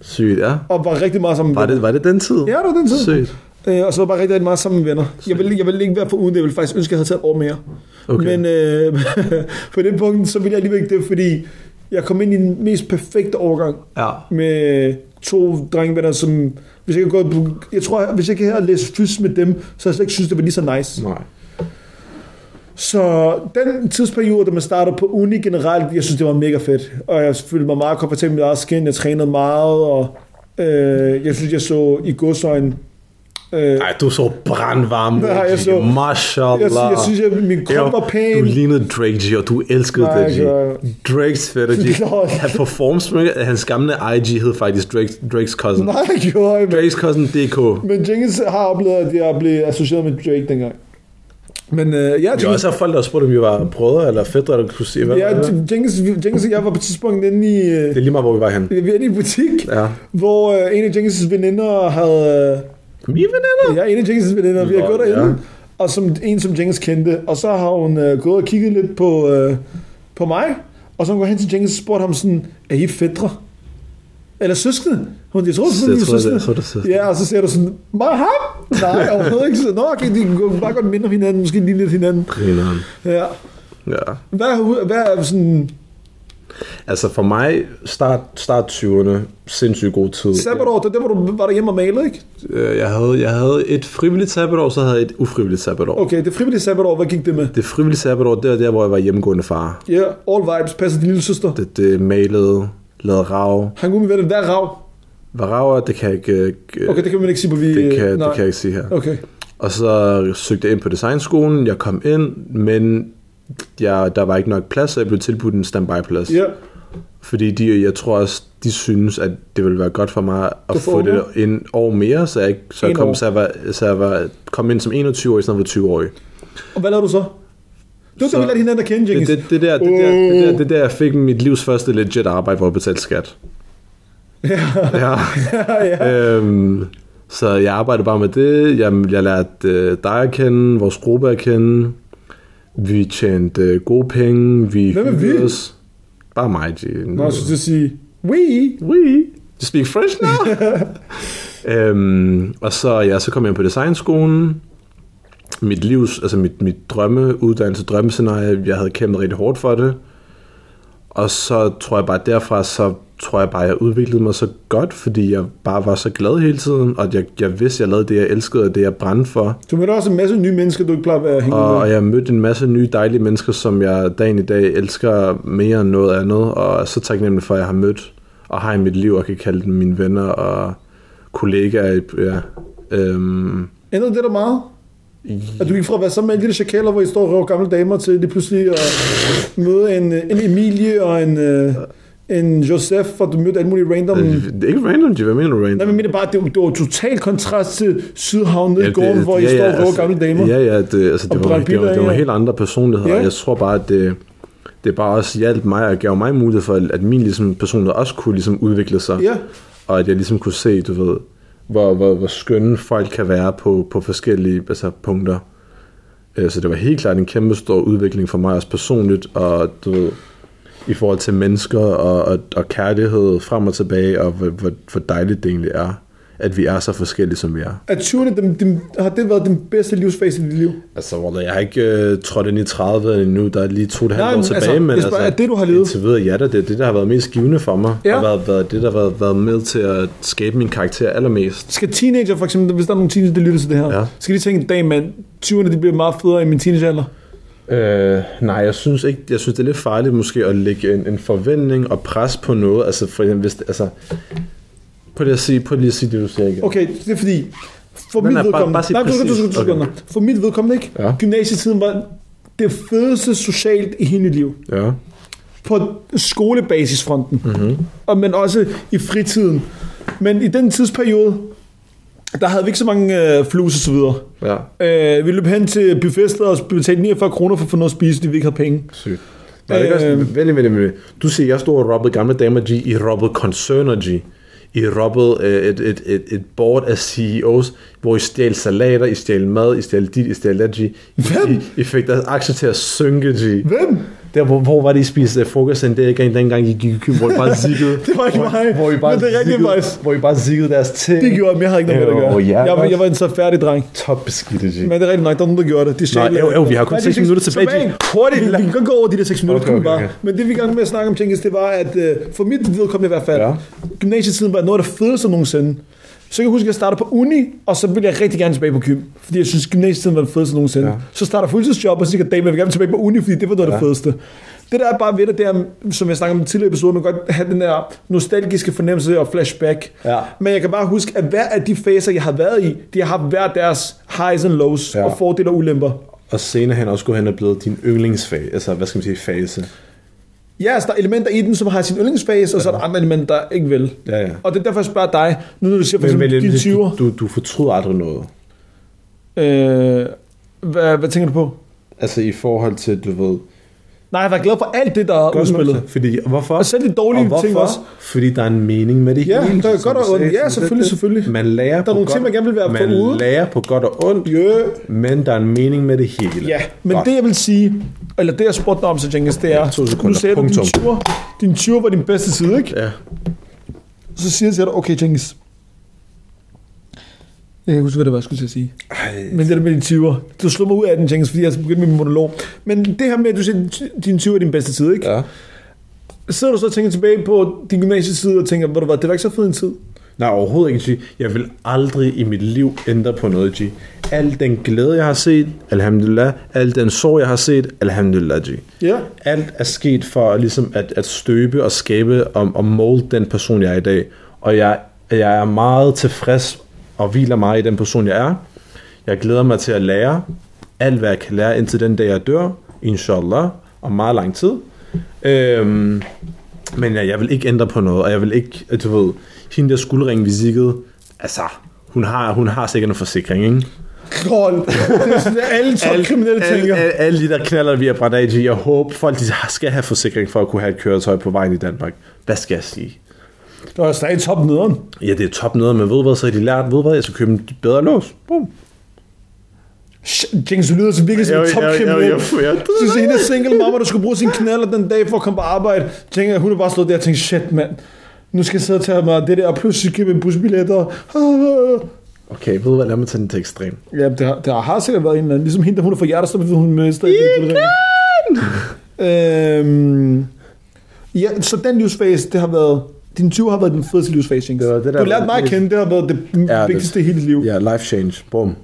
Speaker 2: sygt, ja.
Speaker 1: og var rigtig meget sammen med
Speaker 2: Var det,
Speaker 1: venner.
Speaker 2: var det den tid?
Speaker 1: Ja, det var den tid.
Speaker 2: Sygt.
Speaker 1: Øh, og så var jeg bare rigtig, rigtig meget sammen med venner. Jeg ville, jeg ville ikke være for uden, jeg ville faktisk ønske, at jeg havde taget et år mere.
Speaker 2: Okay.
Speaker 1: Men øh, [laughs] på den punkt, så ville jeg alligevel ikke det, fordi jeg kom ind i den mest perfekte overgang
Speaker 2: Ja.
Speaker 1: med to drengevenner, som... Hvis jeg, kan gå, jeg tror, hvis jeg kan her læse fys med dem, så har jeg slet ikke synes, det var lige så nice.
Speaker 2: Nej.
Speaker 1: Så den tidsperiode, da man starter på uni generelt, jeg synes, det var mega fedt. Og jeg følte mig meget komfortabel med mit eget skin. Jeg trænede meget, og øh, jeg synes, jeg så i godsøjne... Øh, jeg,
Speaker 2: Ej, du så brandvarm. ud,
Speaker 1: Nej, jeg
Speaker 2: G.
Speaker 1: så-
Speaker 2: Mashallah.
Speaker 1: jeg, jeg synes, at min krop var
Speaker 2: Du
Speaker 1: pæn.
Speaker 2: lignede Drake G, og du elskede
Speaker 1: Nej,
Speaker 2: det, G.
Speaker 1: jeg gør-
Speaker 2: Drakes fætter, G.
Speaker 1: [laughs] Nå.
Speaker 2: Han performs med, hans gamle IG hed faktisk Drake, Drakes cousin.
Speaker 1: Nej, jeg gjorde jeg,
Speaker 2: Drakes cousin DK.
Speaker 1: Men Jenkins har oplevet, at jeg blev associeret med Drake dengang. Men øh, ja,
Speaker 2: Vi har
Speaker 1: Jenkins,
Speaker 2: også haft folk, der spurgte, om vi var brødre eller fædre, eller kunne se, hvad
Speaker 1: ja,
Speaker 2: hvad-
Speaker 1: Jenkins, Jenkins og jeg var på et tidspunkt inde i, øh,
Speaker 2: Det er lige meget, hvor vi var henne.
Speaker 1: vi var inde i en butik,
Speaker 2: Ja.
Speaker 1: hvor øh, en af Jenkins' veninder havde...
Speaker 2: Mine veninder.
Speaker 1: Øh, ja, en af Jenkins' veninder, vi har
Speaker 2: Nå,
Speaker 1: gået derinde,
Speaker 2: ja.
Speaker 1: og som, en som Jenkins kendte. Og så har hun øh, gået og kigget lidt på, øh, på mig, og så går hun hen til Jenkins og spurgte ham sådan, er I fædre? Eller søskende? Hun, jeg tror,
Speaker 2: Jeg
Speaker 1: sådan,
Speaker 2: tror, det-
Speaker 1: søskende.
Speaker 2: jeg tror, det er søskende.
Speaker 1: Ja, og så siger du sådan, mig og ham? Nej, overhovedet ikke. Så, Nå, okay, de kunne bare godt minde om hinanden, måske lige lidt hinanden.
Speaker 2: Grineren.
Speaker 1: Ja.
Speaker 2: Ja.
Speaker 1: Hvad, er hu- hvad er sådan...
Speaker 2: Altså for mig, start, start 20'erne, sindssygt god tid.
Speaker 1: Sabbatår, det er der, hvor du var derhjemme og malede, ikke?
Speaker 2: Øh, Jeg havde, jeg havde et frivilligt sabbatår, så havde jeg et ufrivilligt sabbatår.
Speaker 1: Okay, det frivillige sabbatår, hvad gik det med?
Speaker 2: Det frivillige sabbatår, det var der, hvor jeg var hjemmegående far.
Speaker 1: Ja, yeah, all vibes, passer din lille søster.
Speaker 2: Det, det malede, lavede rav.
Speaker 1: Han kunne med venner, hvad er rav?
Speaker 2: Hvad rav er, det kan jeg ikke... øh,
Speaker 1: Okay, det kan man ikke sige på vi...
Speaker 2: det, kan, det
Speaker 1: nej.
Speaker 2: kan jeg ikke sige her.
Speaker 1: Okay.
Speaker 2: Og så søgte jeg ind på designskolen, jeg kom ind, men jeg, der var ikke nok plads, så jeg blev tilbudt en standby-plads.
Speaker 1: Ja,
Speaker 2: Fordi de, jeg tror også, de synes, at det ville være godt for mig
Speaker 1: Du
Speaker 2: at
Speaker 1: får
Speaker 2: få
Speaker 1: unge.
Speaker 2: det en år mere, så jeg, ikke- så jeg,
Speaker 1: En år.
Speaker 2: kom, så jeg, var, så jeg var, kom ind som 21-årig, i stedet for 20-årig.
Speaker 1: og hvad lavede du så? Du har
Speaker 2: Så-
Speaker 1: lært hinanden at kende,
Speaker 2: Det,
Speaker 1: Jenkins.
Speaker 2: det, det, der, det, der, det, der, det der, jeg fik mit livs første legit arbejde, hvor jeg betalte skat. Ja.
Speaker 1: [laughs] ja. [laughs]
Speaker 2: øhm, så jeg arbejdede bare med det. Jeg, jeg lærte øh, dig at kende, vores gruppe at kende. Vi tjente øh, gode penge. Vi
Speaker 1: Hvem er vi?
Speaker 2: hyggede Os. Bare mig, G.
Speaker 1: Nå, jeg skulle til at sige... We!
Speaker 2: We. You speak French now? [laughs] øhm, og så, ja, så kom jeg ind på designskolen. Mit livs, altså mit, mit drømme, uddannelse, drømmescenarie, jeg havde kæmpet rigtig hårdt for det. Og så tror jeg bare derfra, så tror jeg bare, jeg udviklede mig så godt, fordi jeg bare var så glad hele tiden, og jeg, jeg vidste, jeg lavede det, jeg elskede, og det, jeg brændte for.
Speaker 1: Du mødte også en masse nye mennesker, du ikke plejer at være hængt
Speaker 2: Og,
Speaker 1: med.
Speaker 2: og jeg mødte en masse nye dejlige mennesker, som jeg dagen i dag elsker mere end noget andet, og er så taknemmelig for, at jeg har mødt og har i mit liv, og kan kalde dem mine venner og kollegaer. Ja. Øhm,
Speaker 1: Ændrede det der meget? At du gik fra at være sammen med alle de der chakaler, hvor I står og røver gamle damer, til lige pludselig at møde en, øh, en Emilie og en, øh, en Josef, og du mødte alle mulige random...
Speaker 2: øh, det er ikke random, G. Hvad mener du random?
Speaker 1: Nej, men jeg mener bare, at det, det var total kontrast til Sydhavn nede i gården, hvor I står og røver gamle damer.
Speaker 2: altså- Ja, ja, det, altså,
Speaker 1: Og
Speaker 2: det, var,
Speaker 1: brænder
Speaker 2: det, var,
Speaker 1: biler
Speaker 2: det var
Speaker 1: af.
Speaker 2: helt andre personligheder,
Speaker 1: Ja.
Speaker 2: og jeg tror bare, at det, det bare også hjalp mig og gav mig mulighed for, at min ligesom, personlighed også kunne ligesom, udvikle sig.
Speaker 1: Ja.
Speaker 2: Og at jeg ligesom kunne se, du ved, hvor, hvor, hvor skønne folk kan være på, på forskellige altså, punkter. Øh, Så det var helt klart en kæmpe stor udvikling for mig også personligt, og du ved, i forhold til mennesker og, og, og kærlighed frem og tilbage, og hvor, hvor, hvor dejligt det egentlig er, at vi er så forskellige, som vi er.
Speaker 1: Er 20'erne, dem, dem, har det været den bedste livsfase i dit liv?
Speaker 2: Altså, Walter, jeg har ikke øh, trådt ind i 30 endnu, der er lige to og et
Speaker 1: Nej,
Speaker 2: halvt år
Speaker 1: men
Speaker 2: tilbage,
Speaker 1: altså,
Speaker 2: men
Speaker 1: jeg spørger, er det, du har levet?
Speaker 2: indtil videre, ja, det er det, der har været mest givende for mig,
Speaker 1: Ja.
Speaker 2: og været, været det, der har været, været med til at skabe min karakter allermest.
Speaker 1: Skal teenager for eksempel, hvis der er nogle teenager, der lytter til det her,
Speaker 2: Ja.
Speaker 1: skal de tænke, dag mand, 20'erne de bliver meget federe end min teenagealder?
Speaker 2: Øh, nej, jeg synes ikke, jeg synes, det er lidt farligt måske at lægge en, en forventning og pres på noget, altså for eksempel, hvis, det- altså, prøv lige at sige, prøv lige at sige det, du siger igen.
Speaker 1: Okay, det er fordi, for
Speaker 2: Nej,
Speaker 1: mit
Speaker 2: nej, bare-
Speaker 1: vedkommende,
Speaker 2: bare sig
Speaker 1: nej, du, skal- du,
Speaker 2: præcis.
Speaker 1: skal- du, skal- du,
Speaker 2: Okay.
Speaker 1: okay. for mit vedkommende ikke,
Speaker 2: Ja.
Speaker 1: gymnasietiden var det fedeste socialt i hele mit liv.
Speaker 2: Ja.
Speaker 1: på skolebasisfronten,
Speaker 2: Mhm.
Speaker 1: mm-hmm. og, men også i fritiden. Men i den tidsperiode, der havde vi ikke så mange øh, flus og så videre.
Speaker 2: Ja.
Speaker 1: Øh, vi løb hen til buffetstedet og betalte 49 kroner for at få noget at spise, fordi vi ikke havde penge.
Speaker 2: Sygt. Nej, det er ikke også,
Speaker 1: Øh.
Speaker 2: vent, lige, vent, lige, vent, lige. Du siger, jeg stod og robbede gamle damer G, I robbede koncerner G. I robbede øh, et, et, et, et board af CEOs, hvor I stjal salater, I stjal mad, I stjal dit, I stjal dat, G. I,
Speaker 1: Hvem?
Speaker 2: I, I fik deres aktier til at synke, G.
Speaker 1: Hvem?
Speaker 2: Der, hvor, hvor var det, I spiste øh, frokost en dag, gang, dengang I gik i køb, hvor I bare ziggede.
Speaker 1: [laughs] Det var ikke
Speaker 2: hvor,
Speaker 1: mig,
Speaker 2: Hvor I bare
Speaker 1: men det er rigtigt,
Speaker 2: ziggede-
Speaker 1: faktisk.
Speaker 2: Hvor I bare ziggede deres ting.
Speaker 1: Det gjorde jeg, men jeg havde ikke noget med det at gøre.
Speaker 2: Åh, Øh, ja,
Speaker 1: jeg, var-
Speaker 2: godt.
Speaker 1: jeg var en så færdig dreng.
Speaker 2: Top beskidte, G.
Speaker 1: Men det er rigtigt nok, der er nogen, der gjorde det. De
Speaker 2: Nå,
Speaker 1: stjal-
Speaker 2: jo, jo, vi har kun
Speaker 1: Hvad er de
Speaker 2: seks
Speaker 1: seks-
Speaker 2: minutter tilbage,
Speaker 1: Tilbage.
Speaker 2: Jim. Hurtigt,
Speaker 1: Vi, vi
Speaker 2: lang-
Speaker 1: kan gå over de der 6 minutter,
Speaker 2: Okay,
Speaker 1: okay, okay,
Speaker 2: okay,
Speaker 1: okay.
Speaker 2: okay.
Speaker 1: Men det vi er i gang med at snakke om, Jenkins, det var, at øh, for mit vedkommende i hvert fald,
Speaker 2: Ja.
Speaker 1: ja. gymnasietiden var noget af det fedeste nogensinde. Så jeg kan huske, at jeg startede på uni, og så ville jeg rigtig gerne tilbage på gym, fordi jeg synes, gymnasietiden var det fedeste nogensinde.
Speaker 2: Ja.
Speaker 1: Ja. Så starter jeg fuldtidsjob, og så siger jeg, "Damn, jeg vil gerne tilbage på uni, fordi det var noget af
Speaker 2: Ja.
Speaker 1: det fedeste. Det der er bare ved det, det er, som jeg snakkede om i den tidligere episode, man kan godt have den der nostalgiske fornemmelse og flashback.
Speaker 2: Ja.
Speaker 1: Men jeg kan bare huske, at hver af de faser, jeg har været i, de har haft hver deres highs and lows
Speaker 2: Ja.
Speaker 1: ja. og fordele og ulemper.
Speaker 2: Og senere hen også skulle hen og blevet din yndlingsfase, altså hvad skal man sige, fase.
Speaker 1: Ja, altså der er elementer i den, som har sin yndlingsfase, og så er der andre elementer, der ikke vil.
Speaker 2: Ja, ja.
Speaker 1: Og det er derfor, jeg spørger dig, nu når du siger for
Speaker 2: Men, men,
Speaker 1: eksempel dine
Speaker 2: det-
Speaker 1: 20'er,
Speaker 2: du, du fortryder aldrig noget.
Speaker 1: øh, hvad, hvad tænker du på?
Speaker 2: Altså i forhold til, du ved...
Speaker 1: Nej, jeg var glad for alt det, der er udspillet.
Speaker 2: Fordi, og hvorfor?
Speaker 1: Og selv de dårlige
Speaker 2: Og hvorfor?
Speaker 1: ting også.
Speaker 2: Fordi der er en mening med det
Speaker 1: Ja,
Speaker 2: hele.
Speaker 1: der er
Speaker 2: som
Speaker 1: godt
Speaker 2: vi
Speaker 1: og ondt.
Speaker 2: sagde,
Speaker 1: Ja,
Speaker 2: sådan,
Speaker 1: selvfølgelig,
Speaker 2: det-
Speaker 1: selvfølgelig.
Speaker 2: Man lærer
Speaker 1: Der er nogle ting, man gerne vil være
Speaker 2: man
Speaker 1: foruden.
Speaker 2: lærer på godt og ondt,
Speaker 1: Yeah.
Speaker 2: men der er en mening med det hele.
Speaker 1: Ja, men
Speaker 2: godt.
Speaker 1: det jeg vil sige, eller det jeg spurgte dig om, så Jenkins, det er,
Speaker 2: to sekunder.
Speaker 1: nu sagde du, din
Speaker 2: Punktum.
Speaker 1: tur, din tur var din bedste side, ikke?
Speaker 2: Ja.
Speaker 1: Så siger jeg til dig, okay Jenkins, jeg kan ikke huske, hvad det var, jeg skulle til at sige.
Speaker 2: Ej,
Speaker 1: Men det der med dine 20'er, du slog mig ud af den, Jenkins, fordi jeg begyndte med min monolog. Men det her med, at du siger, din 20'er er din bedste tid, ikke?
Speaker 2: ja.
Speaker 1: sidder du så og tænker tilbage på din gymnasietid og tænker, ved du hvad, det var ikke så fed en tid.
Speaker 2: Nej, overhovedet ikke, G. Jeg vil aldrig i mit liv ændre på noget, G. Al den glæde, jeg har set, alhamdulillah. Al den sorg, jeg har set, alhamdulillah, G.
Speaker 1: Ja.
Speaker 2: Alt er sket for ligesom at, at støbe og skabe og, og molde den person, jeg er i dag. Og jeg, jeg er meget tilfreds og hviler meget i den person, jeg er. Jeg glæder mig til at lære alt, hvad jeg kan lære indtil den dag, jeg dør. Inshallah. Om meget lang tid. Øhm, men ja, jeg vil ikke ændre på noget, og jeg vil ikke, at du ved, hende der skuldring, vi zikkede, altså, hun har, hun har sikkert en forsikring, ikke?
Speaker 1: Kold. [laughs] Det er sådan, alle topkriminelle
Speaker 2: alle,
Speaker 1: tænker.
Speaker 2: alle, alle de der knaller, vi har brændt af i, jeg håber, folk de skal have forsikring for at kunne have et køretøj på vejen i Danmark. Hvad skal jeg sige?
Speaker 1: Der er stadig top nederen.
Speaker 2: Ja, det er top noget, men ved du hvad, så har de lært, ved du hvad, jeg skal købe en bedre lås. Boom.
Speaker 1: Shit, Jenkins, du lyder så virkelig som en topkriminel. Så siger hende single mamma, der skulle bruge sin knaller den dag for at komme på arbejde. Tænker, hun er bare slået der og tænker, shit mand. Nu skal jeg sidde og tage mig af det der, og pludselig give mig busbilletter. [laughs]
Speaker 2: Okay, ved du hvad, lad mig tage den til ekstrem.
Speaker 1: Ja, der, der har sikkert været en eller anden. Ligesom hende, der hun er fra hjertestop, fordi hun mister øhm, ja, så den livsfase, det har været... Din 20 har været den fedeste livsfase, Jenkins.
Speaker 2: Det var det, der
Speaker 1: du har lært
Speaker 2: var-
Speaker 1: mig at kende, det har været det
Speaker 2: Ja,
Speaker 1: ja,
Speaker 2: det-
Speaker 1: vigtigste i hele dit liv. Ja.
Speaker 2: Ja, life change. Boom.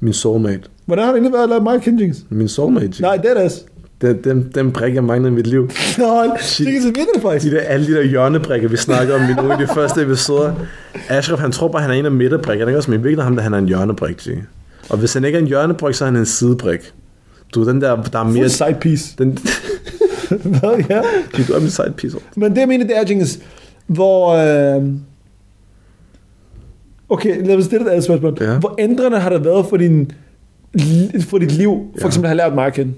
Speaker 2: Min soulmate.
Speaker 1: Hvordan har det egentlig været at lære mig at kende, Jenkins?
Speaker 2: Min soulmate.
Speaker 1: Nej, det er det altså. [laughs]
Speaker 2: Den, den, den brik, jeg manglede i mit liv.
Speaker 1: Nå, Jenkins, jeg ved det
Speaker 2: De
Speaker 1: faktisk.
Speaker 2: der, alle de der hjørnebrikker, vi snakker om i nogle af de første episoder. Ashraf, han tror bare, han er en af midterbrikkerne, ikke også? Men virkelig ham, der han er en hjørnebrik, G. Og hvis han ikke er en hjørnebrik, så er han en sidebrik. Du, den der, der er mere...
Speaker 1: Mere side piece.
Speaker 2: Den,
Speaker 1: [laughs]
Speaker 2: [laughs]
Speaker 1: Hvad, ja.
Speaker 2: de, du er min side piece.
Speaker 1: Men det, jeg mener, det er, Jenkins, hvor... Øh... Okay, lad mig stille et andet spørgsmål.
Speaker 2: Ja.
Speaker 1: Ja. Hvor ændrende har det været for, din, for dit liv, for
Speaker 2: Ja.
Speaker 1: ja. eksempel at have lært mig at kende?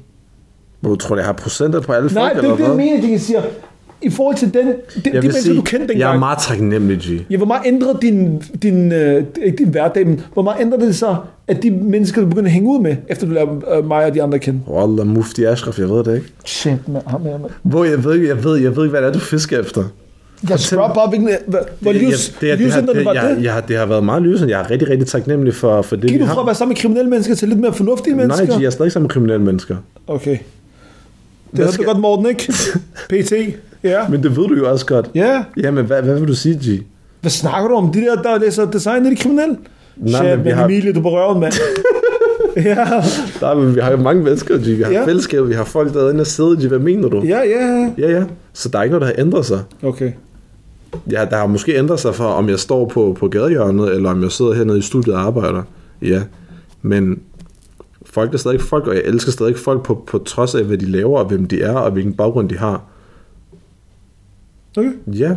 Speaker 2: Hvor du tror, jeg har procenter på alle folk,
Speaker 1: Nej, det er
Speaker 2: eller
Speaker 1: jo det, jeg
Speaker 2: hvad?
Speaker 1: mener, Jenkins siger. I forhold til den, de, de
Speaker 2: Jeg vil
Speaker 1: mennesker,
Speaker 2: sige,
Speaker 1: du kendte dengang.
Speaker 2: jeg er meget taknemmelig, G.
Speaker 1: Ja, hvor meget ændrede din, din, øh, ikke din hverdag, men hvor meget ændrede det så, at de mennesker, du begyndte at hænge ud med, efter du lærte øh, mig og de andre at kende?
Speaker 2: Wallah, mufti Ashraf, jeg ved det ikke.
Speaker 1: Shit, man, ham her, man.
Speaker 2: Hvor jeg ved, jeg ved, jeg ved ikke, hvad det er, du fisker efter.
Speaker 1: Jeg spørger bare, hvilken, hvad, hvor
Speaker 2: Jeg-
Speaker 1: livs,
Speaker 2: det, er- det, har-
Speaker 1: livsændrende
Speaker 2: det,
Speaker 1: var
Speaker 2: jeg,
Speaker 1: det?
Speaker 2: jeg, har- det har været meget lysende. Jeg er rigtig, rigtig taknemmelig for, for det,
Speaker 1: Gik
Speaker 2: vi
Speaker 1: du
Speaker 2: har.
Speaker 1: fra at være sammen med kriminelle mennesker til lidt mere fornuftige mennesker?
Speaker 2: Nej, G, jeg er stadig sammen med kriminelle mennesker.
Speaker 1: Okay. Det
Speaker 2: Hvad
Speaker 1: hørte
Speaker 2: skal-
Speaker 1: du godt, Morten,
Speaker 2: [laughs]
Speaker 1: ikke? PT. Ja.
Speaker 2: Men det ved du jo også godt.
Speaker 1: Ja.
Speaker 2: Jamen, hvad, hvad vil du sige, G?
Speaker 1: Hvad snakker du om? De der, der læser design, er de kriminelle? Nej, Shit,
Speaker 2: men vi
Speaker 1: men, men
Speaker 2: har-
Speaker 1: har... Emilie, du er på røven,
Speaker 2: [laughs]
Speaker 1: mand. ja.
Speaker 2: Nej, men vi har jo mange venskaber, G. Vi har ja.
Speaker 1: Ja.
Speaker 2: fællesskaber, vi har folk, der er inde og sidde, G. Hvad mener du?
Speaker 1: ja, ja.
Speaker 2: ja, ja. Så der er ikke noget, der har ændret sig.
Speaker 1: Okay.
Speaker 2: Ja, der har måske ændret sig for, om jeg står på, på gadehjørnet, eller om jeg sidder hernede i studiet og arbejder. Ja, men folk er stadig folk, og jeg elsker stadig folk på, på trods af, hvad de laver, og hvem de er, og hvilken baggrund de har.
Speaker 1: okay.
Speaker 2: Ja,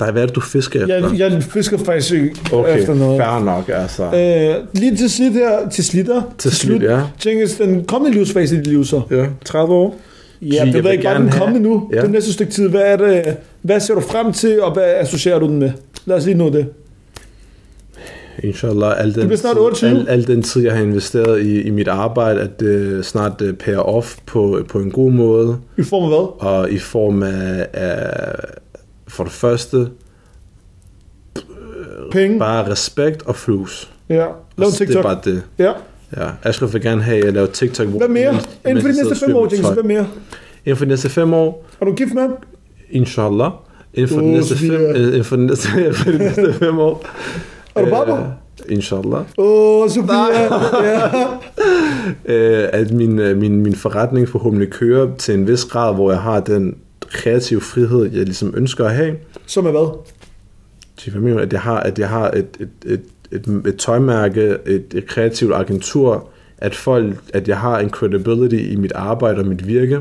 Speaker 2: der er hvad er det, du fisker efter.
Speaker 1: Jeg, jeg fisker faktisk ikke
Speaker 2: okay,
Speaker 1: efter noget.
Speaker 2: fair nok, altså.
Speaker 1: Øh, lige til slut her, til slitter.
Speaker 2: Til slut, ja.
Speaker 1: Tænkes, den kommende livsfase i dit liv så.
Speaker 2: Ja, 30 år.
Speaker 1: Ja,
Speaker 2: jeg
Speaker 1: det
Speaker 2: vil
Speaker 1: ved ikke bare
Speaker 2: gerne
Speaker 1: den
Speaker 2: have-
Speaker 1: kommende nu.
Speaker 2: Ja.
Speaker 1: Ja. Det næste stykke tid, hvad er det, hvad ser du frem til, og hvad associerer du den med? Lad os lige nå det.
Speaker 2: Inshallah, al den,
Speaker 1: bliver snart
Speaker 2: tid-
Speaker 1: 28.
Speaker 2: al, al den tid, jeg har investeret i, i mit arbejde, at det snart uh, payer off på, på en god måde,
Speaker 1: I form af hvad?
Speaker 2: og i form af, af for det første,
Speaker 1: Penge.
Speaker 2: bare respekt og flus. Altså,
Speaker 1: Ja. Mm. Lav en
Speaker 2: Det er
Speaker 1: TikTok.
Speaker 2: bare det.
Speaker 1: Ja.
Speaker 2: Ja. Ashraf vil gerne have, at jeg laver TikTok. hvor-
Speaker 1: Hvad mere?
Speaker 2: mens-
Speaker 1: Inden
Speaker 2: mens
Speaker 1: for
Speaker 2: jeg
Speaker 1: de
Speaker 2: sidder
Speaker 1: næste fem
Speaker 2: og spiller
Speaker 1: år,
Speaker 2: med
Speaker 1: James.
Speaker 2: tøj.
Speaker 1: Hvad mere?
Speaker 2: Inden for de næste fem år,
Speaker 1: Er du gift, mand?
Speaker 2: inshallah. Inden for, de
Speaker 1: Åh,
Speaker 2: næste fem,
Speaker 1: Sofia.
Speaker 2: øh, inden for de næste, [laughs] inden for de næste fem år.
Speaker 1: Er du barber?
Speaker 2: Øh, Inshallah.
Speaker 1: Åh, oh, Sofia. Ja.
Speaker 2: Øh, at min, øh, min, min forretning forhåbentlig kører til en vis grad, hvor jeg har den kreative frihed, jeg ligesom ønsker at have.
Speaker 1: Som er hvad?
Speaker 2: Til hvad mener jeg? at jeg har, at jeg har et, et, et, et, et tøjmærke, et, et kreativt agentur, at folk, at jeg har en credibility i mit arbejde og mit virke,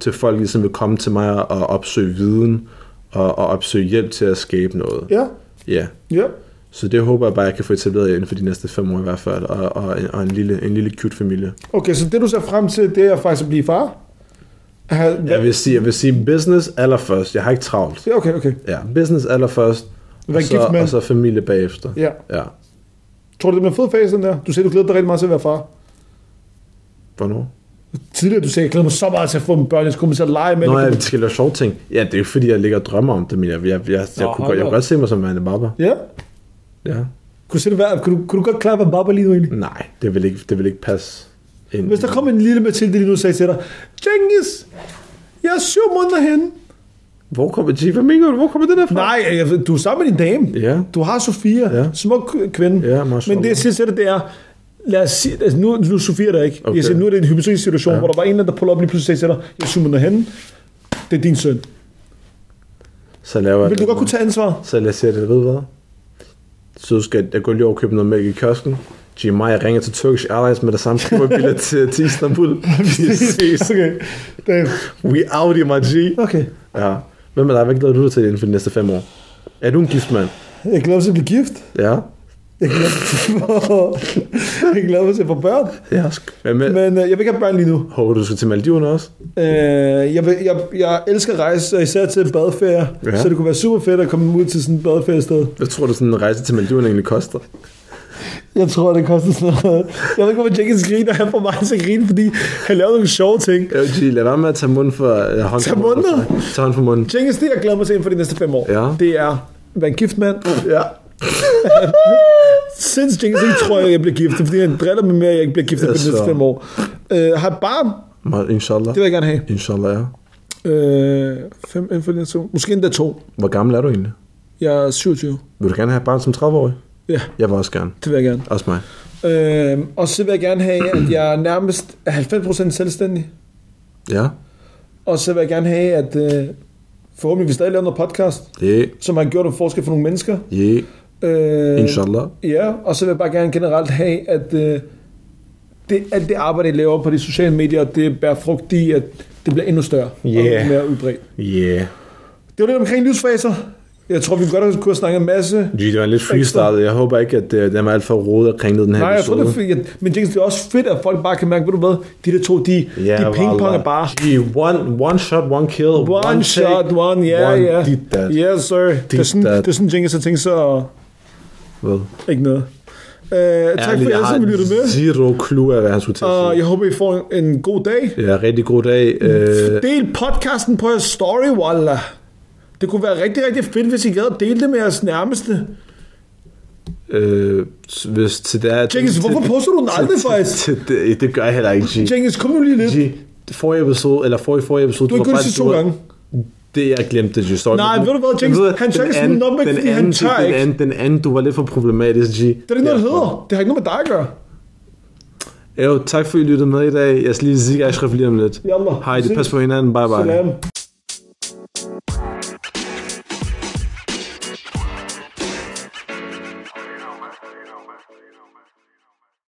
Speaker 2: til folk ligesom vil komme til mig og opsøge viden og, og opsøge hjælp til at skabe noget.
Speaker 1: Ja.
Speaker 2: Ja.
Speaker 1: Ja.
Speaker 2: Så det håber jeg bare, jeg kan få etableret inden for de næste fem år i hvert fald, og, og, en, og en, lille, en lille cute familie.
Speaker 1: Okay, så det du ser frem til, det er faktisk at blive far? Ha-
Speaker 2: Jeg vil sige, jeg vil sige business allerførst. Jeg har ikke travlt.
Speaker 1: Ja, okay, okay.
Speaker 2: Ja, business allerførst,
Speaker 1: Vær
Speaker 2: og så,
Speaker 1: gift med-
Speaker 2: og så familie bagefter.
Speaker 1: Ja.
Speaker 2: Ja.
Speaker 1: Tror du, det bliver en fed fase, den der? Du sagde, du glæder dig rigtig meget til at være far.
Speaker 2: Hvornår?
Speaker 1: Tidligere, du sagde, jeg glæder mig så meget til at få mine børn, jeg skulle komme til at lege med.
Speaker 2: Nå,
Speaker 1: ja.
Speaker 2: jeg skal lave sjove ting. Ja, det er jo ikke, fordi, jeg ligger og drømmer om det, men jeg, jeg, jeg,
Speaker 3: Nå,
Speaker 2: jeg, jeg, kunne,
Speaker 3: hold
Speaker 2: godt, jeg
Speaker 3: op.
Speaker 2: kunne godt se mig som værende barber.
Speaker 1: ja.
Speaker 2: Ja.
Speaker 1: Kunne du, se det være, kunne, du, kunne du godt klare at være baba lige nu egentlig?
Speaker 2: Nej, det vil ikke, det vil ikke passe. Ind.
Speaker 1: Hvis der kom en lille Mathilde lige nu og sagde til dig, Genghis, jeg er syv måneder henne.
Speaker 2: Hvor kommer Chief Amigo? Hvor kommer det der fra?
Speaker 1: Nej, jeg- du er sammen med din dame.
Speaker 2: Ja.
Speaker 1: Du har Sofia,
Speaker 2: Ja.
Speaker 1: ja. smuk kvinde.
Speaker 2: Ja, mashallah.
Speaker 1: Men det jeg siger til dig, det er, lad os sige, altså nu, nu er Sofia der ikke. Okay.
Speaker 2: Okay.
Speaker 1: Jeg siger, nu er det en hypotetisk situation, ja. hvor der var en eller anden, der puller op lige pludselig sagde til dig, jeg er syv måneder henne, det er din søn.
Speaker 2: Så laver jeg
Speaker 1: Vil du
Speaker 2: det.
Speaker 1: godt kunne tage ansvar?
Speaker 2: Så lad os se, at det ved hvad. Så skal jeg gå lige over og købe noget mælk i kiosken. Jim jeg ringer til Turkish Airlines med det samme billet til, til
Speaker 1: [laughs]
Speaker 2: Istanbul. Vi ses.
Speaker 1: okay. Damn.
Speaker 2: We out i my G.
Speaker 1: okay.
Speaker 2: Ja. Hvem med dig? Hvad glæder du dig til inden for de næste fem år? Er du en gift mand?
Speaker 1: Jeg glæder mig til at blive gift.
Speaker 2: Ja.
Speaker 1: Jeg glæder mig til, [laughs] jeg glæder mig til at få børn.
Speaker 2: Ja, sk- Hvad med?
Speaker 1: Men øh, jeg vil ikke have børn lige nu.
Speaker 2: Håber du skal til Maldiverne også?
Speaker 1: Øh, jeg, vil, jeg, jeg elsker at rejse, og især til badeferie,
Speaker 2: Ja.
Speaker 1: ja. så det kunne være super fedt at komme ud til sådan et badeferiested.
Speaker 2: Hvad tror du, sådan en rejse til Maldiverne egentlig koster?
Speaker 1: Jeg tror, det koster sådan noget. Jeg ved ikke, hvorfor Jenkins griner, han får mig til at grine, fordi han lavede nogle sjove ting.
Speaker 2: LG, lad være med at tage munden for øh, hånd.
Speaker 1: Tag
Speaker 2: for munden.
Speaker 1: munden?
Speaker 2: Tag hånd for munden.
Speaker 1: Jenkins, det jeg glæder mig til inden for de næste fem år,
Speaker 2: Ja.
Speaker 1: det er at være en gift mand.
Speaker 2: Ja.
Speaker 1: Sinds Jenkins ikke tror, at jeg bliver gift, det er, fordi han driller mig mere, at jeg ikke bliver gift inden for de
Speaker 2: Ja,
Speaker 1: næste
Speaker 2: så.
Speaker 1: fem år. Øh, har et barn,
Speaker 2: Må- Inshallah.
Speaker 1: det vil jeg gerne have.
Speaker 2: Inshallah, ja.
Speaker 1: Øh, fem inden for de næste år. Måske endda to.
Speaker 2: Hvor gammel er du egentlig?
Speaker 1: Jeg er 27.
Speaker 2: Vil du gerne have et barn som 30-årig?
Speaker 1: Ja,
Speaker 2: Jeg vil også gerne.
Speaker 1: det vil jeg gerne.
Speaker 2: Også mig.
Speaker 1: Øh, og så vil jeg gerne have, at jeg er nærmest er 90% selvstændig.
Speaker 2: Ja.
Speaker 1: Og så vil jeg gerne have, at øh, forhåbentlig vi stadig laver noget podcast,
Speaker 2: Yeah.
Speaker 1: som har gjort en forskel for nogle mennesker.
Speaker 2: Yeah.
Speaker 1: Øh,
Speaker 2: Inshallah.
Speaker 1: Ja, og så vil jeg bare gerne generelt have, at øh, det, alt det arbejde, jeg laver på de sociale medier, det bærer frugt i, at det bliver endnu større
Speaker 2: Yeah.
Speaker 1: og mere udbredt.
Speaker 2: Yeah.
Speaker 1: Det var lidt omkring livsfaser. Jeg tror, vi godt kunne have snakket en masse.
Speaker 2: G, det var en lidt freestyle. Jeg håber ikke, at øh, dem er alt for rodet og kringlet den her
Speaker 1: Nej, jeg tror,
Speaker 2: episode.
Speaker 1: det er fedt. Jeg- Men Jenkins, det er også fedt, at folk bare kan mærke, ved du hvad, de der to, de, de pingponger
Speaker 2: wallah.
Speaker 1: bare.
Speaker 2: G, one, one shot, one kill.
Speaker 1: One,
Speaker 2: take,
Speaker 1: shot, one, yeah,
Speaker 2: one
Speaker 1: yeah.
Speaker 2: Did that.
Speaker 1: Yes, sir. det, er sådan,
Speaker 2: that.
Speaker 1: det er sådan, Jenkins har tænkt sig at
Speaker 2: Well,
Speaker 1: Ikke noget. Øh, tak for jer, som lyttede med.
Speaker 2: Zero clue af, hvad han skulle til at sige.
Speaker 1: Og jeg håber, I får en god dag.
Speaker 2: Ja, rigtig god dag. Øh,
Speaker 1: Del podcasten på jeres story, Walla. Det kunne være rigtig, rigtig fedt, hvis I gad at dele det med jeres nærmeste.
Speaker 2: øh, s- hvis til det er...
Speaker 1: Jenkins,
Speaker 2: til-
Speaker 1: hvorfor poster du den
Speaker 2: til-
Speaker 1: aldrig,
Speaker 2: til-
Speaker 1: faktisk?
Speaker 2: til- det, det gør jeg heller ikke, G.
Speaker 1: Jenkins, kom nu lige lidt.
Speaker 2: G, det forrige episode, eller forrige, forrige episode...
Speaker 1: Du har
Speaker 2: var
Speaker 1: ikke gjort
Speaker 2: bare-
Speaker 1: det sidste to
Speaker 2: var-
Speaker 1: gange.
Speaker 2: Det, jeg glemte, G. Sorry.
Speaker 1: Nej,
Speaker 2: Men
Speaker 1: ved du hvad,
Speaker 2: men
Speaker 1: Jenkins,
Speaker 2: ved du,
Speaker 1: han tør
Speaker 2: den
Speaker 1: ikke smide
Speaker 2: anden-
Speaker 1: den op, ikke,
Speaker 2: den
Speaker 1: fordi han
Speaker 2: anden-
Speaker 1: tør
Speaker 2: den
Speaker 1: ikke.
Speaker 2: anden- Den anden, du var lidt for problematisk, G.
Speaker 1: Det er ikke noget, der hedder. Det har ikke noget med dig at gøre.
Speaker 2: Jo, tak for, at I lyttede med i dag. Jeg skal lige sige Ashraf lige om lidt.
Speaker 1: Yalla.
Speaker 2: Hej, det
Speaker 1: Ses.
Speaker 2: pas på hinanden. Bye bye.
Speaker 1: Salam.